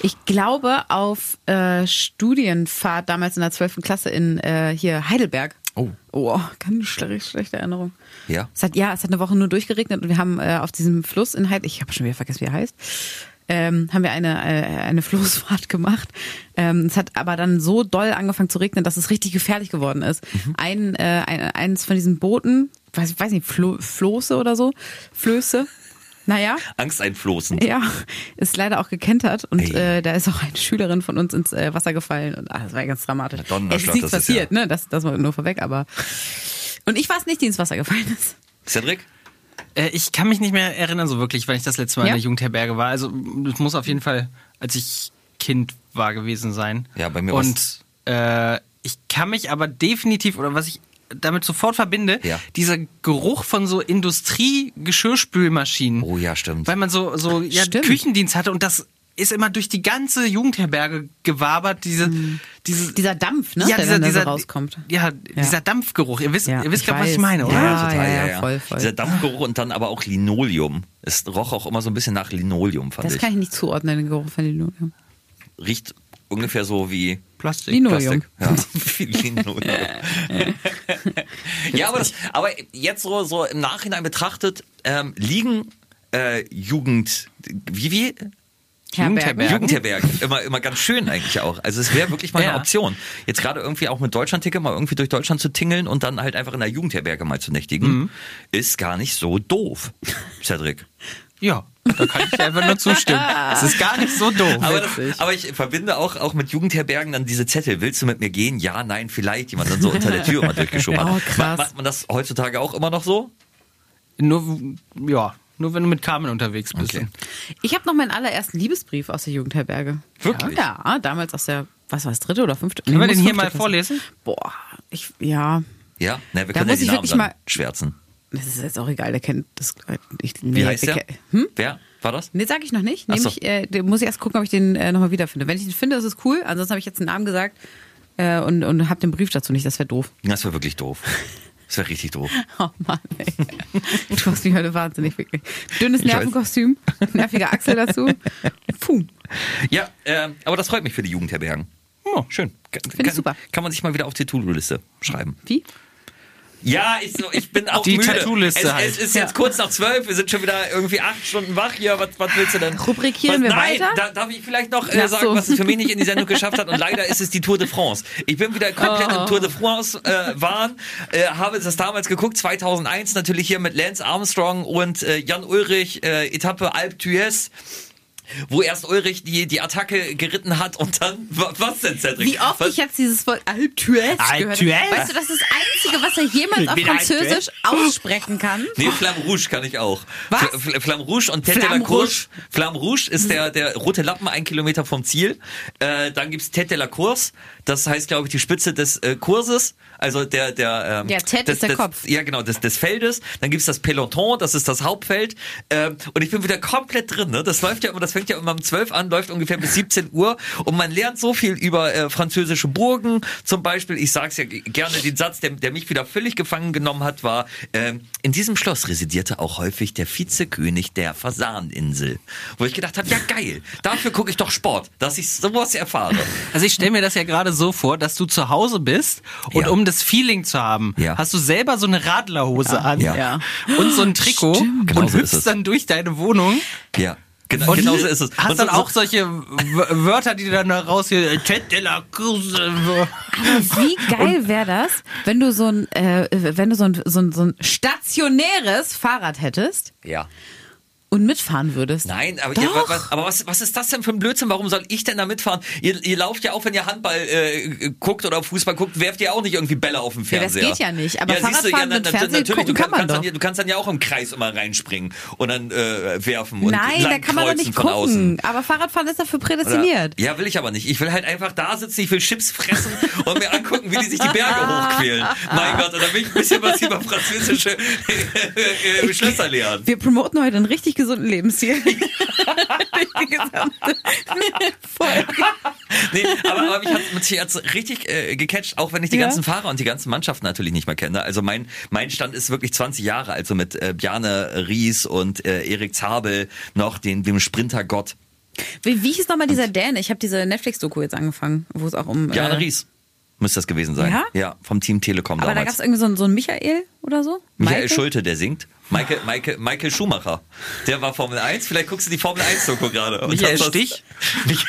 S7: Ich glaube auf äh, Studienfahrt damals in der 12. Klasse in äh, hier Heidelberg.
S6: Oh.
S7: Oh, ganz schlechte, schlechte Erinnerung.
S6: Ja.
S7: Es hat, ja, es hat eine Woche nur durchgeregnet und wir haben äh, auf diesem Fluss in Heidelberg, ich habe schon wieder vergessen, wie er heißt, ähm, haben wir eine, äh, eine Floßfahrt gemacht. Ähm, es hat aber dann so doll angefangen zu regnen, dass es richtig gefährlich geworden ist.
S6: Mhm.
S7: Ein, äh, ein, eins von diesen Booten, weiß, weiß nicht, Flo, Floße oder so, Flöße, naja,
S6: Angst einfloßen.
S7: ja, ist leider auch gekentert und
S6: Ey.
S7: äh, da ist auch eine Schülerin von uns ins äh, Wasser gefallen und ah, das war ganz dramatisch.
S6: Donnerschlag,
S7: Es ist nichts
S6: das ist ja-
S7: passiert, ne? Das, das war nur vorweg, aber. Und ich war es nicht, die ins Wasser gefallen ist.
S6: Cedric?
S3: Äh, ich kann mich nicht mehr erinnern, so wirklich, wann ich das letzte Mal
S7: Ja?
S3: in der Jugendherberge war. Also, es muss auf jeden Fall, als ich Kind war, gewesen sein.
S6: Ja, bei mir
S3: Und äh, ich kann mich aber definitiv, oder was ich damit sofort verbinde,
S6: Ja.
S3: dieser Geruch von so Industrie-Geschirrspülmaschinen.
S6: Oh ja, stimmt.
S3: Weil man so, so ja,
S7: Stimmt.
S3: Küchendienst hatte und das ist immer durch die ganze Jugendherberge gewabert, diese, dieses,
S7: Hm. Dieser Dampf, ne? der dann da so rauskommt.
S3: Ja, dieser Dampfgeruch. Ihr wisst,
S7: Ja,
S3: ihr wisst
S7: ich
S3: gerade, was ich
S7: weiß.
S3: meine, oder?
S7: Ja, ja, ja, voll, voll.
S6: Ah, Dieser Dampfgeruch und dann aber auch Linoleum. Es roch auch immer so ein bisschen nach Linoleum, fand
S7: Das
S6: ich.
S7: kann ich nicht zuordnen, den Geruch von Linoleum.
S6: Riecht ungefähr so wie
S3: Plastik.
S7: Linoleum.
S6: Plastik. Ja, Wie Linoleum. ja aber, das, aber jetzt so, so im Nachhinein betrachtet, ähm, liegen äh, Jugend. Wie, wie?
S3: Jugendherbergen.
S7: Herbergen.
S6: Jugendherbergen. Immer, immer ganz schön eigentlich auch. Also es wäre wirklich mal
S3: Ja.
S6: eine Option. Jetzt gerade irgendwie auch mit Deutschland-Ticket mal irgendwie durch Deutschland zu tingeln und dann halt einfach in der Jugendherberge mal zu nächtigen,
S7: Mhm.
S6: ist gar nicht so doof, Cedric.
S3: Ja, da kann ich einfach nur zustimmen. Es ist gar nicht so doof.
S6: Aber, das, aber ich verbinde auch, auch mit Jugendherbergen dann diese Zettel. Willst du mit mir gehen? Ja, nein, vielleicht. Die man dann so unter der Tür immer durchgeschoben hat.
S7: Oh, krass.
S6: Ma- Macht man das heutzutage auch immer noch so?
S3: nur, ja, nur wenn du mit Carmen unterwegs bist.
S6: Okay.
S7: Ich habe noch meinen allerersten Liebesbrief aus der Jugendherberge.
S6: Wirklich?
S7: Ja, damals aus der, was war es, dritte oder fünfte?
S3: Können wir
S7: muss
S3: den hier
S7: fünfte
S3: mal
S7: Klasse.
S3: vorlesen?
S7: Boah, ich, ja.
S6: Ja, ne, wir
S7: Da
S6: können ja
S7: muss
S6: die
S7: ich
S6: Namen
S7: wirklich
S6: dann
S7: mal-
S6: schwärzen.
S7: Das ist jetzt auch egal, der kennt das. Ich,
S6: Wie
S7: nee,
S6: heißt der?
S7: ke- Hm?
S6: Wer war das?
S7: Nee, sag ich noch nicht.
S6: Ach
S7: Nehm
S6: so.
S7: ich, äh, den muss ich erst gucken, ob ich den äh, nochmal wiederfinde. Wenn ich den finde, ist es cool. Ansonsten habe ich jetzt den Namen gesagt äh, und, und habe den Brief dazu nicht. Das wäre doof.
S6: Das war wirklich doof. Das war richtig doof.
S7: Oh Mann, ey. Du hast mich heute wahnsinnig wirklich. Dünnes
S6: Ich weiß.
S7: Nervenkostüm, nerviger Achsel dazu. Puh.
S6: Ja, ähm, aber das freut mich für die Jugendherbergen. Oh, schön. Finde
S7: ich super.
S6: Kann man sich mal wieder auf die To-Do-Liste schreiben.
S7: Wie?
S6: Ja, ich, so- ich bin auch
S3: Die
S6: müde.
S3: Tattoo-Liste
S6: es,
S3: halt.
S6: es ist
S7: Ja.
S6: jetzt kurz nach zwölf, wir sind schon wieder irgendwie acht Stunden wach hier. Was, was willst du denn?
S7: Rubrikieren
S6: was,
S7: wir
S6: nein,
S7: weiter?
S6: Da, darf ich vielleicht noch äh,
S7: Ach
S6: sagen,
S7: so.
S6: was es für mich nicht in die Sendung geschafft hat? Und leider ist es die Tour de France. Ich bin wieder komplett
S7: Oh.
S6: im Tour de France äh, waren, äh, habe das damals geguckt, 2001 natürlich hier mit Lance Armstrong und äh, Jan Ulrich, äh, Etappe Alp d'Huez. Wo erst Ulrich die, die Attacke geritten hat und dann. wa- Was denn, Cedric?
S7: Wie oft
S6: was,
S7: ich jetzt dieses Wort Alptuez gehört
S3: Alptuez?
S7: habe. Weißt du, das ist das Einzige, was er jemals auf
S3: Bin Alptuez?
S7: Französisch aussprechen kann.
S6: Nee, Flamme Rouge kann ich auch.
S7: Hm? Was?
S6: Fl- Fl- Flamme Rouge und Tête de la
S7: Flamme Hm.
S6: Course. Flamme Rouge ist der, der rote Lappen, ein Kilometer vom Ziel. Äh, dann gibt's Tête de la Course. Das heißt, glaube ich, die Spitze des äh, Kurses. Also der, der, ähm,
S7: Ja, Tête
S6: des,
S7: ist der
S6: des,
S7: Kopf.
S6: Ja, genau, des, des Feldes. Dann gibt's das Peloton, das ist das Hauptfeld. Ähm, und ich bin wieder komplett drin. Ne? Das läuft ja immer, das fängt ja immer um 12 an, läuft ungefähr bis 17 Uhr. Und man lernt so viel über äh, französische Burgen. Zum Beispiel, ich sag's ja g- gerne, den Satz, der, der mich wieder völlig gefangen genommen hat, war, ähm, in diesem Schloss residierte auch häufig der Vizekönig der Fasaninsel. Wo ich gedacht habe, ja geil, dafür gucke ich doch Sport, dass ich sowas erfahre.
S3: Also ich stelle mir das ja gerade so vor, dass du zu Hause bist und
S6: Ja.
S3: um das Feeling zu haben,
S6: Ja.
S3: hast du selber so eine Radlerhose an
S6: Ja.
S7: Ja.
S3: und so ein Trikot und
S6: Genau so ist es.
S3: hüpfst dann durch deine Wohnung
S6: Ja. Genau,
S3: und
S6: genau so ist es.
S3: hast
S6: Und
S3: dann
S6: so-
S3: auch solche W- Wörter, die du dann da raus hier, äh, Tête de la Course.
S7: Wie geil wäre das, wenn du so ein, äh, wenn du so ein, so, ein, so ein stationäres Fahrrad hättest
S6: Ja.
S7: und mitfahren würdest?
S6: Nein, aber,
S7: Doch.
S6: ihr, was, aber was, was ist das denn für ein Blödsinn? Warum soll ich denn da mitfahren? Ihr, ihr lauft ja auch, wenn ihr Handball äh, guckt oder Fußball guckt, werft ihr auch nicht irgendwie Bälle auf dem
S7: Ja, das
S6: Fernseher.
S7: geht ja nicht, aber
S6: siehst du,
S7: Fahrradfahren
S6: na-
S7: mit
S6: na-
S7: Fernsehen
S6: natürlich, du
S7: gucken kann man
S6: kannst
S7: doch.
S6: Dann, ja- du kannst dann ja auch im Kreis immer reinspringen und dann äh, werfen und
S7: Nein, da
S6: lang
S7: kann man doch
S6: kreuzen
S7: nicht
S6: von außen.
S7: gucken. Aber Fahrradfahren ist dafür
S6: Oder-
S7: prädestiniert.
S6: Ja, will ich aber nicht. Ich will halt einfach da sitzen, ich will Chips fressen und mir angucken, wie die sich die Berge hochquälen. Mein Gott, und dann will ich ein bisschen was über französische äh, Schlösser lernen.
S7: Wir promoten heute einen richtig gesunden Lebensstil. Durch die gesamte Folge.
S6: Nee, aber, aber mich hat mich jetzt richtig äh, gecatcht, auch wenn ich die
S7: Ja.
S6: ganzen Fahrer und die ganzen Mannschaften natürlich nicht mehr kenne. Also mein, mein Stand ist wirklich 20 Jahre, also mit äh, Bjarne Ries und äh, Erik Zabel noch, den, dem Sprintergott.
S7: Wie, wie hieß nochmal dieser Däne? Ich habe diese Netflix-Doku jetzt angefangen, wo es auch um.
S6: Bjarne
S7: äh,
S6: Ries müsste das gewesen sein.
S7: Ja?
S6: vom Team Telekom
S7: aber da gab
S6: damals.
S7: es irgendwie so einen, so einen Michael oder so.
S6: Michael
S7: Maike?
S6: Schulte, der singt. Michael, Michael, Michael Schumacher. Der war Formel 1. Vielleicht guckst du die Formel 1-Doku gerade. und
S3: Michael
S6: hast das-
S3: Stich?
S6: Mich-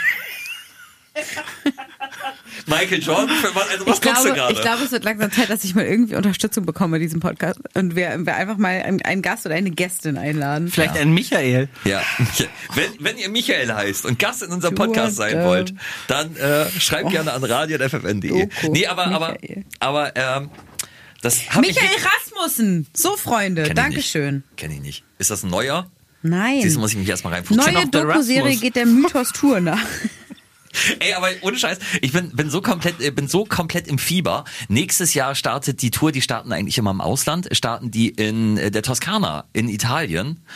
S6: Michael Jordan? Für was, also was
S7: Ich
S6: guckst du
S7: glaube,
S6: gerade?
S7: ich glaube, es wird langsam Zeit, dass ich mal irgendwie Unterstützung bekomme in diesem Podcast und wir, wir einfach mal einen, einen Gast oder eine Gästin einladen.
S3: Vielleicht ein Michael.
S6: Ja, Michael. wenn, wenn ihr Michael heißt und Gast in unserem Podcast sein
S7: Jordan.
S6: wollt, dann äh, schreibt gerne an radio.ffn.de.
S7: Oh. Doku,
S6: Nee, aber, aber,
S7: Michael.
S6: aber ähm, das hat
S7: Michael
S6: mich...
S7: Rasmussen! So, Freunde, Dankeschön.
S6: Kenne ich nicht. Ist das ein neuer?
S7: Nein.
S6: Siehst du, muss ich mich erstmal reinfuchsen. Genau.
S7: Neue
S3: Noch der
S7: Doku-Serie
S3: Rasmus.
S7: geht der Mythos Tour nach.
S6: Ey, aber ohne Scheiß, ich bin, bin so komplett, äh, bin so komplett im Fieber. Nächstes Jahr startet die Tour, die starten eigentlich immer im Ausland, starten die in äh, der Toskana in Italien.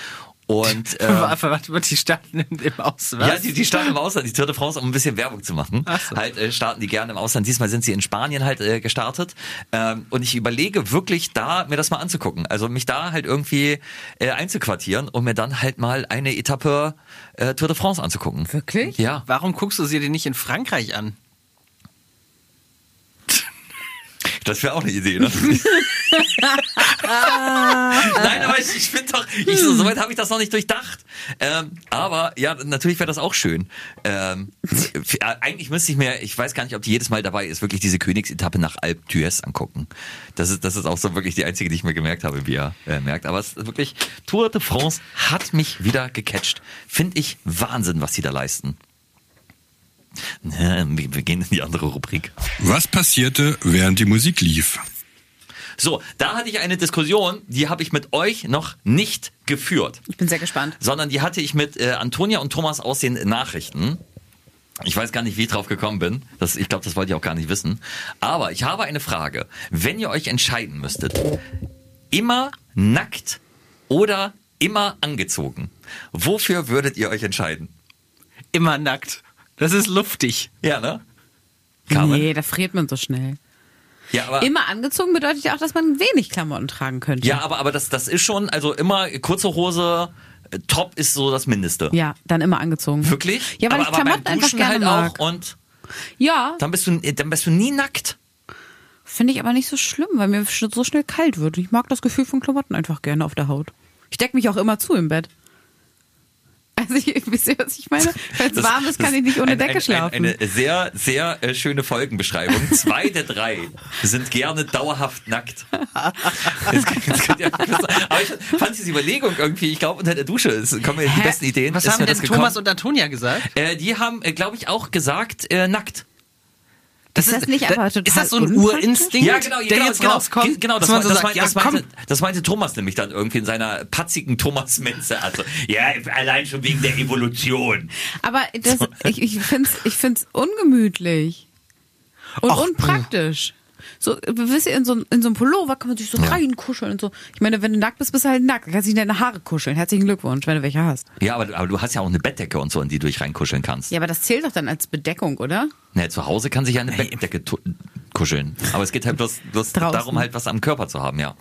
S6: Und äh,
S3: Warte, warte, warte, die starten im Ausland.
S6: ja, die, die starten im Ausland, die Tour de France, um ein bisschen Werbung zu machen. Halt äh, starten die gerne im Ausland. Diesmal sind sie in Spanien halt äh, gestartet. Ähm, und ich überlege wirklich da, mir das mal anzugucken. Also mich da halt irgendwie äh, einzuquartieren und mir dann halt mal eine Etappe äh, Tour de France anzugucken.
S7: Wirklich?
S6: Ja.
S3: Warum guckst du sie dir nicht in Frankreich an?
S6: Das wäre auch eine Idee, ne? Nein, aber ich, ich finde doch, ich, so, soweit habe ich das noch nicht durchdacht. Ähm, aber ja, natürlich wäre das auch schön. Ähm, f- äh, eigentlich müsste ich mir, ich weiß gar nicht, ob die jedes Mal dabei ist, wirklich diese Königsetappe nach Alp d'Huez angucken. Das ist, das ist auch so wirklich die einzige, die ich mir gemerkt habe, wie ihr äh, merkt. Aber es ist wirklich, Tour de France hat mich wieder gecatcht. Finde ich Wahnsinn, was sie da leisten. Ne, Wir wir gehen in die andere Rubrik.
S4: Was passierte, während die Musik lief?
S6: So, da hatte ich eine Diskussion, die habe ich mit euch noch nicht geführt,
S7: Ich bin sehr gespannt.
S6: sondern die hatte ich mit äh, Antonia und Thomas aus den Nachrichten. Ich weiß gar nicht, wie ich drauf gekommen bin. Das, ich glaube, das wollt ihr auch gar nicht wissen. Aber ich habe eine Frage. Wenn ihr euch entscheiden müsstet, immer nackt oder immer angezogen, wofür würdet ihr euch entscheiden?
S3: Immer nackt. Das ist luftig.
S6: Ja, ne? Carmen?
S7: Nee, da friert man so schnell.
S6: Ja, aber,
S7: Immer angezogen bedeutet ja auch, dass man wenig Klamotten tragen könnte.
S6: ja, aber, aber das, das ist schon, also immer kurze Hose, äh, Top ist so das Mindeste.
S7: Ja, dann immer angezogen.
S6: Wirklich?
S7: Ja, weil
S6: aber,
S7: ich
S6: aber beim
S7: Klamotten einfach
S6: Duschen
S7: gerne
S6: halt
S7: mag.
S6: auch und
S7: Ja,
S6: dann bist du dann bist du nie nackt.
S7: finde ich aber nicht so schlimm, weil mir sch- so schnell kalt wird. Ich mag das Gefühl von Klamotten einfach gerne auf der Haut. Ich decke mich auch immer zu im Bett. Also, ich, wisst ihr, was ich meine? Wenn es
S6: Das-
S7: warm ist, kann
S6: das
S7: ich nicht
S6: ist
S7: ohne
S6: ein-
S7: Decke
S6: ein,
S7: schlafen.
S6: Ein, eine sehr sehr äh, schöne Folgenbeschreibung. Zwei der drei sind gerne dauerhaft nackt. Das, kann- das könnt ihr, aber ich fand diese Überlegung irgendwie, ich glaube unter der Dusche ist, kommen mir die
S3: Hä?
S6: besten Ideen.
S3: Was
S6: ist
S3: haben
S6: mir
S3: denn
S6: das gekommen.
S3: Thomas und Antonia gesagt?
S6: äh, die haben glaube ich auch gesagt äh, nackt.
S7: Ist das nicht einfach total
S3: Ist das so ein
S7: unpraktisch?
S3: Urinstinkt,
S6: Ja, genau,
S3: der
S6: genau,
S3: jetzt
S6: genau,
S3: rauskommt?
S6: ge- Genau, das,
S3: dass man
S6: meinte-
S3: so
S6: das,
S3: sagt,
S6: meinte-
S3: ja,
S6: das,
S3: komm,
S6: meinte, das meinte Thomas nämlich dann irgendwie in seiner patzigen Thomas-Menze. Also, ja, allein schon wegen der Evolution.
S7: Aber das, ich, ich finde es ich find's ungemütlich und unpraktisch. So, wisst ihr, in so, in so einem Pullover kann man sich so reinkuscheln und so. Ich meine, wenn du nackt bist, bist du halt nackt. Dann kannst du dich in deine Haare kuscheln. Herzlichen Glückwunsch, wenn du welche hast.
S6: Ja, aber, du- aber du hast ja auch eine Bettdecke und so, in die du dich reinkuscheln kannst.
S7: Ja, aber das zählt doch dann als Bedeckung, oder?
S6: Na, zu Hause kann sich ja eine Bettdecke tu- kuscheln. Aber es geht halt bloß, bloß
S7: Draußen.
S6: darum, halt was am Körper zu haben, ja.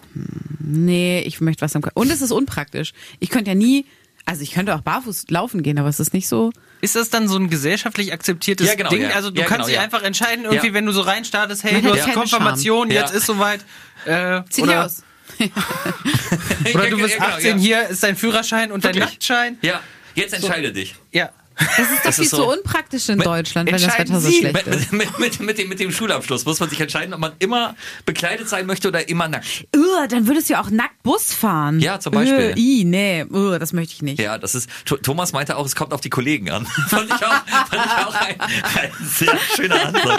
S7: Nee, ich möchte was am Körper. Und es ist unpraktisch. Ich könnte ja nie, also ich könnte auch barfuß laufen gehen, aber es ist nicht so.
S3: Ist das dann so ein gesellschaftlich akzeptiertes
S6: Ja, genau,
S3: Ding?
S6: ja.
S3: Also du
S6: Ja,
S3: kannst
S6: genau,
S3: dich
S6: ja.
S3: einfach entscheiden, irgendwie,
S6: Ja.
S3: wenn du so reinstartest, hey,
S7: Man
S3: du
S7: hat
S3: hast
S7: keine
S3: Konfirmation,
S6: Scham.
S3: jetzt
S6: Ja.
S3: ist soweit. Äh,
S7: Zieh dich
S3: oder,
S7: aus.
S3: oder du bist
S6: Ja, genau,
S3: 18,
S6: ja.
S3: hier ist dein Führerschein und dein
S6: Wirklich?
S3: Nacktschein.
S6: Ja, jetzt entscheide dich.
S3: Ja.
S7: Das ist doch
S6: Das
S7: viel
S6: ist so-
S7: zu unpraktisch in Deutschland, wenn das
S6: Entscheiden
S7: Wetter so
S6: Sie.
S7: schlecht ist.
S6: mit, mit, mit, mit, dem, mit dem Schulabschluss muss man sich entscheiden, ob man immer bekleidet sein möchte oder immer nackt.
S7: Ugh, dann würdest du ja auch nackt Bus fahren.
S6: Ja, zum Beispiel.
S7: Ugh, i, nee, ugh, das möchte ich nicht.
S6: Ja, das ist. Th- Thomas meinte auch, es kommt auf die Kollegen an. Fand ich auch, fand ich auch ein, ein sehr schöner Ansatz.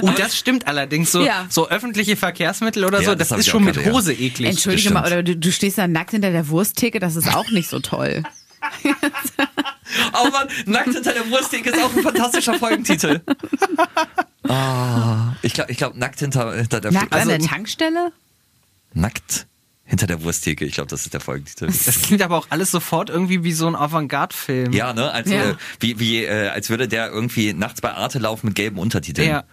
S3: Oh, das stimmt allerdings. So,
S7: Ja.
S3: so öffentliche Verkehrsmittel oder
S6: Ja,
S3: so,
S6: das
S3: das,
S6: hab
S3: ist
S6: ich
S3: schon
S6: auch
S3: mit
S6: gerade, ja.
S3: Hose eklig.
S7: Entschuldige
S6: Bestimmt.
S7: mal, oder du, du stehst da nackt hinter der Wursttheke, das ist auch nicht so toll.
S6: Oh Mann, nackt hinter der Wursttheke ist auch ein fantastischer Folgentitel. Ah, ich glaube, ich glaub, nackt hinter, hinter der
S7: Nackt an
S6: also,
S7: der Tankstelle?
S6: nackt Hinter der Wursttheke, ich glaube, das ist der Folgentitel.
S3: Das klingt aber auch alles sofort irgendwie wie so ein Avantgarde-Film.
S6: Ja, ne? Als,
S7: Ja.
S6: Äh, wie, wie, äh, als würde der irgendwie nachts bei Arte laufen mit gelben Untertiteln.
S3: Ja.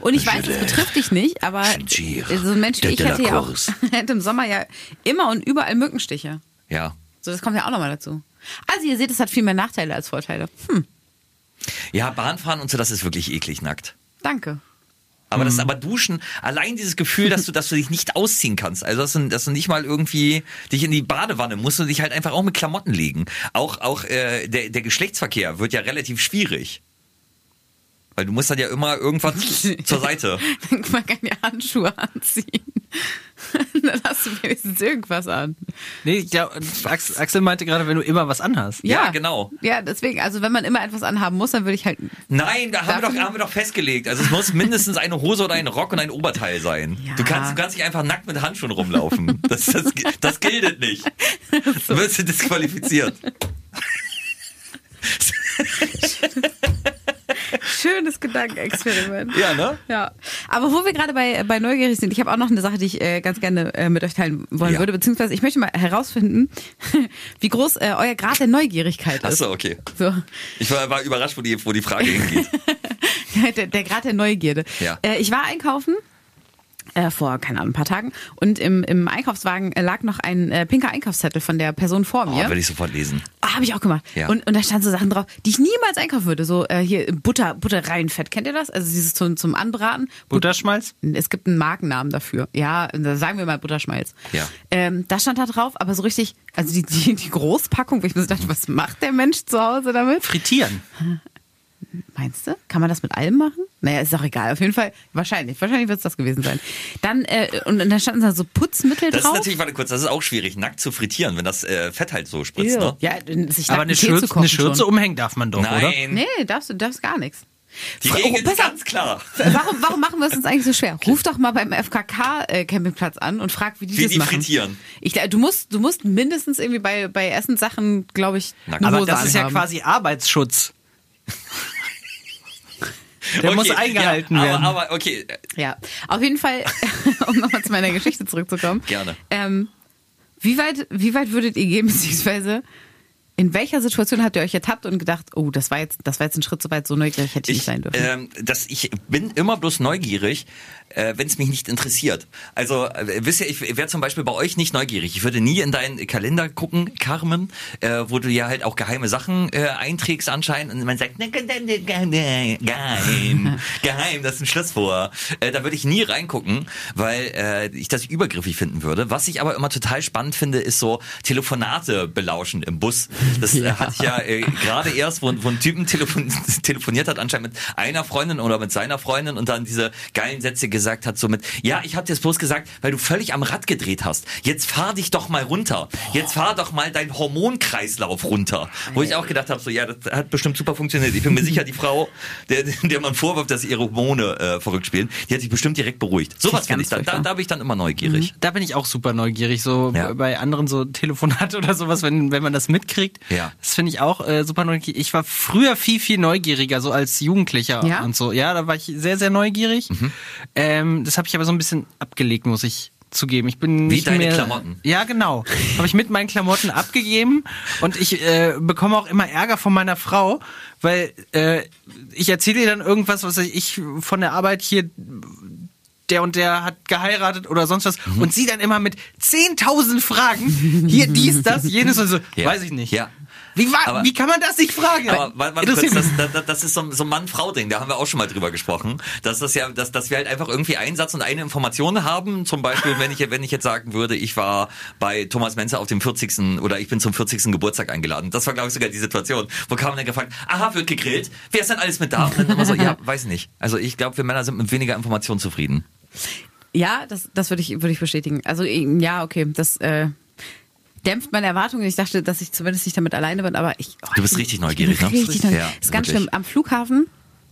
S7: Und ich weiß, es betrifft dich nicht, aber
S6: Shinjiro,
S7: so ein Mensch wie
S6: der
S7: ich hätte ja auch,
S6: Delacroix.
S7: hätte im Sommer ja immer und überall Mückenstiche.
S6: Ja.
S7: So, das kommt ja auch nochmal dazu. Also ihr seht, es hat viel mehr Nachteile als Vorteile. Hm,
S6: Ja, Bahnfahren und so, das ist wirklich eklig nackt.
S7: danke.
S6: Aber das, aber Duschen, allein dieses Gefühl, dass du, dass du dich nicht ausziehen kannst, also dass du, dass du nicht mal irgendwie dich in die Badewanne musst und dich halt einfach auch mit Klamotten legen. Auch, auch äh, der, der Geschlechtsverkehr wird ja relativ schwierig. Weil du musst dann ja immer irgendwas zur Seite.
S7: Man kann ja Handschuhe anziehen. Dann hast du wenigstens irgendwas an.
S3: Nee, ich glaub, Axel, Axel meinte gerade, wenn du immer was anhast.
S6: Ja, genau.
S7: Ja, deswegen, also wenn man immer etwas anhaben muss, dann würde ich halt.
S6: Nein, da haben wir,
S7: Darf
S6: doch,
S7: ich-
S6: haben wir doch festgelegt. Also es muss mindestens eine Hose oder ein Rock und ein Oberteil sein.
S7: Ja.
S6: Du, kannst, du kannst nicht einfach nackt mit Handschuhen rumlaufen. Das, das, das gilt nicht. Du wirst disqualifiziert.
S7: Schönes Gedankenexperiment.
S6: Ja, ne?
S7: Ja, aber wo wir gerade bei, bei neugierig sind, ich habe auch noch eine Sache, die ich äh, ganz gerne äh, mit euch teilen wollen
S6: Ja.
S7: würde, beziehungsweise ich möchte mal herausfinden, wie groß äh, euer Grad der Neugierigkeit ist.
S6: Achso, okay.
S7: So.
S6: Ich war, war überrascht, wo die, wo die Frage hingeht.
S7: der, der Grad der Neugierde.
S6: Ja.
S7: Äh, ich war einkaufen. Äh, vor, keine Ahnung, ein paar Tagen. Und im, im Einkaufswagen äh, lag noch ein äh, pinker Einkaufszettel von der Person vor
S6: Oh,
S7: mir.
S6: will ich sofort lesen.
S7: Ah, habe ich auch gemacht.
S6: Ja.
S7: Und, und da standen so Sachen drauf, die ich niemals einkaufen würde. So äh, hier Butter, Butter reinfett. Kennt ihr das? Also dieses zum, zum Anbraten.
S3: Butterschmalz?
S7: Es gibt einen Markennamen dafür. Ja, da sagen wir mal Butterschmalz.
S6: Ja.
S7: Ähm, da stand da drauf, aber so richtig, also die, die, die Großpackung, wo ich mir so dachte, was macht der Mensch zu Hause damit?
S3: Frittieren.
S7: Meinst du? Kann man das mit allem machen? Naja, ist auch egal. Auf jeden Fall, wahrscheinlich. Wahrscheinlich wird es das gewesen sein. Dann, äh, und, und dann standen da so Putzmittel
S6: Das ist
S7: drauf.
S6: natürlich, warte kurz, das ist auch schwierig, nackt zu frittieren, wenn das äh, Fett halt so spritzt, ne?
S7: ja, sich
S3: Aber
S7: nackt
S3: eine
S7: einen Tee zu
S3: Schürze,
S7: kochen
S3: eine Schürze
S7: schon.
S3: umhängen darf man doch, oder?
S6: Nein.
S7: Nee, darfst du darfst gar nichts.
S6: um- Die
S7: Fra-
S6: Regel
S7: oh,
S6: ist
S7: pass auf.
S6: ganz klar.
S7: Warum, warum machen wir es uns eigentlich so schwer? Ruf doch mal beim FKK-Campingplatz äh, an und frag, wie die
S6: Wie
S7: das
S6: die
S7: machen.
S6: frittieren.
S7: Ich, glaub, du, musst, du musst mindestens irgendwie bei, bei Essenssachen, glaube ich,
S6: Na,
S7: eine
S6: aber
S3: Aber
S7: Hose
S3: das ist ja
S7: anhaben.
S3: quasi Arbeitsschutz. Der muss eingehalten
S6: ja, aber,
S3: werden.
S6: Aber okay,
S7: Ja, auf jeden Fall, um nochmal zu meiner Geschichte zurückzukommen.
S6: Gerne.
S7: Ähm, wie, weit, wie weit würdet ihr gehen, beziehungsweise in welcher Situation habt ihr euch ertappt und gedacht, oh, das war jetzt, das war jetzt ein Schritt zu weit, so neugierig hätte ich, nicht sein dürfen?
S6: Ähm, das, ich bin immer bloß neugierig, äh, wenn es mich nicht interessiert. Also, äh, wisst ihr, ich wäre zum Beispiel bei euch nicht neugierig. Ich würde nie in deinen Kalender gucken, Carmen, äh, wo du ja halt auch geheime Sachen äh, einträgst anscheinend und man sagt, ne, ge- ne, ne, ge- ne, geheim, geheim, das ist ein Schlusswort. Äh, da würde ich nie reingucken, weil äh, ich das übergriffig finden würde. Was ich aber immer total spannend finde, ist so Telefonate belauschen im Bus. Das äh, hatte ich ja äh, gerade erst, wo, wo ein Typen telefon telefoniert hat, anscheinend mit einer Freundin oder mit seiner Freundin und dann diese geilen Sätze gesagt hat, so mit, ja, ich habe dir das bloß gesagt, weil du völlig am Rad gedreht hast. Jetzt fahr dich doch mal runter. Jetzt fahr doch mal deinen Hormonkreislauf runter. Wo ich auch gedacht habe, so, ja, das hat bestimmt super funktioniert. Ich bin mir sicher, die Frau, der, der man vorwirft, dass sie ihre Hormone äh, verrückt spielen, die hat sich bestimmt direkt beruhigt. Sowas
S7: ist ganz
S6: finde ich, da, da,
S7: furchtbar.
S6: da bin ich dann immer neugierig.
S3: Da bin ich auch super neugierig, so
S6: Ja.
S3: bei anderen so Telefonate oder sowas, wenn, wenn man das mitkriegt.
S6: Ja.
S3: Das finde ich auch äh, super neugierig. Ich war früher viel, viel neugieriger, so als Jugendlicher
S7: Ja?
S3: und so. Ja, da war ich sehr, sehr neugierig.
S6: Mhm.
S3: Ähm, das habe ich aber so ein bisschen abgelegt, muss ich zugeben. Ich bin
S6: Wie
S3: nicht
S6: deine
S3: mehr,
S6: Klamotten.
S3: Ja, genau. Habe ich mit meinen Klamotten abgegeben und ich äh, bekomme auch immer Ärger von meiner Frau, weil äh, ich erzähle ihr dann irgendwas, was ich von der Arbeit hier der und der hat geheiratet oder sonst was
S6: Mhm.
S3: und sie dann immer mit 10.000 Fragen, hier dies, das, jenes und so,
S6: Ja.
S3: Mhm. weiß ich nicht.
S6: Ja.
S3: Wie, war,
S6: Aber-
S3: wie kann man das nicht fragen?
S6: Aber warte, warte kurz,
S3: Interessiert
S6: das,
S3: mich.
S6: das, das ist so, ein- so ein Mann-Frau-Ding, da haben wir auch schon mal drüber gesprochen, dass das ja, dass, dass wir halt einfach irgendwie einen Satz und eine Information haben. Zum Beispiel, wenn ich, wenn ich jetzt sagen würde, ich war bei Thomas Menzer auf dem 40. oder ich bin zum 40. Geburtstag eingeladen. Das war, glaube ich, sogar die Situation, wo kam dann gefragt, aha, wird gegrillt, wer ist denn alles mit da? Und dann immer so, ja, weiß nicht. Also ich glaube, wir Männer sind mit weniger Informationen zufrieden.
S7: Ja, das, das würde ich, würde ich bestätigen. Also ähm, ja, okay, das äh, dämpft meine Erwartungen. Ich dachte, dass ich zumindest nicht damit alleine bin, aber ich. oh,
S6: Du bist
S7: ich bin-
S6: richtig
S7: ich bin
S6: neugierig, ne?
S7: Richtig neugierig.
S6: Ja,
S7: ist ganz
S6: wirklich.
S7: schlimm. Am Flughafen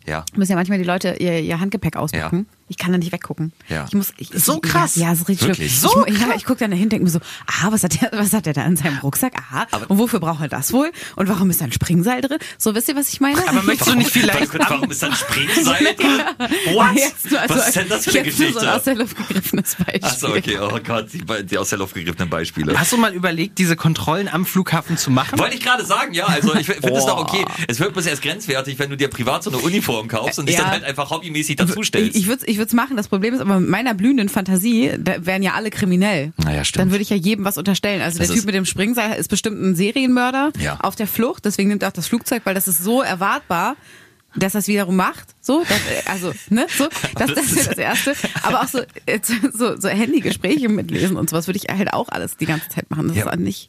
S6: Ja.
S7: müssen ja manchmal die Leute ihr, ihr Handgepäck auspacken.
S6: Ja.
S7: Ich kann da nicht weggucken.
S6: Ja.
S7: Ich muss, ich,
S3: So
S7: ich,
S3: krass.
S7: Ja, ja, so richtig
S6: Wirklich?
S7: schlimm. So ich, ich, ich gucke dann dahin, denke mir so, aha, was hat, der, was hat der da in seinem Rucksack? Aha, und wofür braucht er das wohl? Und warum ist da ein Springseil drin? So, wisst ihr, was ich meine?
S3: Aber möchtest du nicht vielleicht
S6: Warte, warum ist das ein Springseil? What?
S7: Jetzt nur-
S6: Was ist denn das für eine
S7: jetzt nur So ein
S6: Geschichte?
S7: aus der Luft gegriffenes Beispiel.
S6: Achso, okay, oh Gott, die, Be- die aus der Luft gegriffenen Beispiele.
S3: Hast du mal überlegt, diese Kontrollen am Flughafen zu machen?
S6: Wollte ich gerade sagen, ja, also ich finde es
S3: Boah.
S6: doch okay. Es wird bloß erst grenzwertig, wenn du dir privat so eine Uniform kaufst und dich
S7: Ja.
S6: dann halt einfach hobbymäßig dazustellst.
S7: Also, Ich, ich würde es machen. Das Problem ist aber, mit meiner blühenden Fantasie da wären ja alle kriminell.
S6: Naja, stimmt.
S7: Dann würde ich ja jedem was unterstellen. Also
S6: Das
S7: der Typ
S6: ist-
S7: mit dem Springseil ist bestimmt ein Serienmörder
S6: Ja.
S7: auf der Flucht. Deswegen nimmt er auch das Flugzeug, weil das ist so erwartbar. Dass er es wiederum macht, so, das, äh, also, ne, so, das, das ist das Erste. Aber auch so, äh, so, so Handygespräche mitlesen und sowas würde ich halt auch alles die ganze Zeit machen. Das
S6: Ja.
S7: ist auch nicht,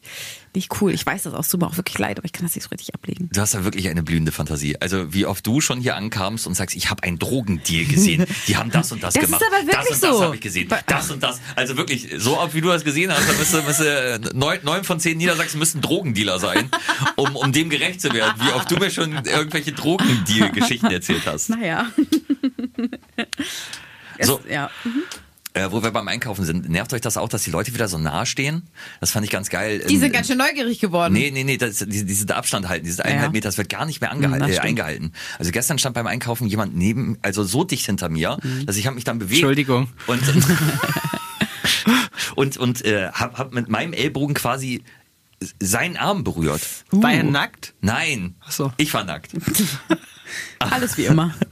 S7: nicht cool. Ich weiß das auch, tut mir auch wirklich leid, aber ich kann das nicht so richtig ablegen.
S6: Du hast ja wirklich eine blühende Fantasie. Also wie oft du schon hier ankamst und sagst, ich habe einen Drogendeal gesehen. Die haben das und das,
S7: Das ist
S6: gemacht.
S7: aber wirklich
S6: das und das
S7: so.
S6: habe ich gesehen. Das und das. Also wirklich, so oft wie du das gesehen hast, dann müsste, müsste äh, neun, neun von zehn Niedersachsen müssten Drogendealer sein, um, um dem gerecht zu werden. Wie oft du mir schon irgendwelche Drogendeal-Geschichten erzählt hast.
S7: Naja.
S6: So.
S7: Es, ja.
S6: Äh, wo wir beim Einkaufen sind, nervt euch das auch, dass die Leute wieder so nah stehen? Das fand ich ganz geil.
S7: Die
S6: Ähm,
S7: sind ganz schön neugierig geworden.
S6: Nee, nee, nee, das, diese, diese Abstand halten, dieses eineinhalb
S7: Ja.
S6: Meter, das wird gar nicht mehr
S7: Mm,
S6: angehalten,
S7: das
S6: äh,
S7: stimmt.
S6: eingehalten. Also gestern stand beim Einkaufen jemand neben, also so dicht hinter mir,
S7: Mhm.
S6: dass ich habe mich dann bewegt.
S3: Entschuldigung.
S6: Und und, und äh, hab, hab mit meinem Ellbogen quasi seinen Arm berührt.
S3: War er nackt?
S6: Nein,
S3: Ach so.
S6: ich war nackt.
S7: Alles wie immer.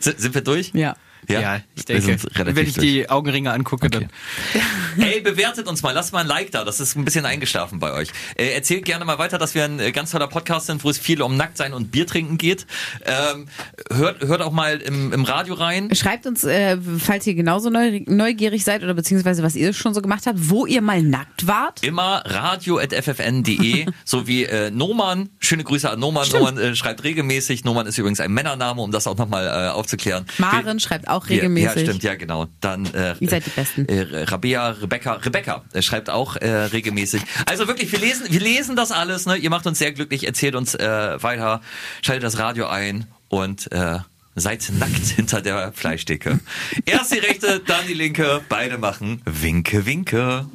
S6: Sind, sind wir durch?
S7: Ja.
S3: ich
S6: wir
S3: denke,
S6: sind relativ
S3: wenn ich
S6: durch.
S3: die Augenringe angucke, dann.
S6: Ey, bewertet uns mal, lasst mal ein Like da, das ist ein bisschen eingeschlafen bei euch. Äh, erzählt gerne mal weiter, dass wir ein äh, ganz toller Podcast sind, wo es viel um Nacktsein und Bier trinken geht. Ähm, hört, hört auch mal im, im Radio rein.
S7: Schreibt uns, äh, falls ihr genauso neu- neugierig seid oder beziehungsweise was ihr schon so gemacht habt, wo ihr mal nackt wart.
S6: Immer radio.ffn.de, sowie äh, Noman. Schöne Grüße an Noman. Noman äh, schreibt regelmäßig. Noman ist übrigens ein Männername, um das auch nochmal äh, aufzuklären.
S7: Maren schreibt auch
S6: Ja,
S7: regelmäßig.
S6: Ja, stimmt, ja, genau. Dann, äh,
S7: Ihr seid die Besten.
S6: Äh, Rabea, Rebecca, Rebecca äh, schreibt auch äh, regelmäßig. Also wirklich, wir lesen, wir lesen das alles. Ne? Ihr macht uns sehr glücklich, erzählt uns äh, weiter, schaltet das Radio ein und äh, seid nackt hinter der Fleischdicke. Erst die rechte, dann die linke. Beide machen Winke, Winke.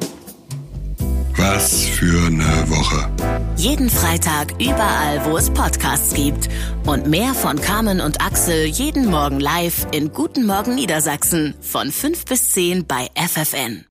S4: Was für eine Woche.
S5: Jeden Freitag überall, wo es Podcasts gibt. Und mehr von Carmen und Axel jeden Morgen live in Guten Morgen Niedersachsen von 5 bis 10 bei FFN.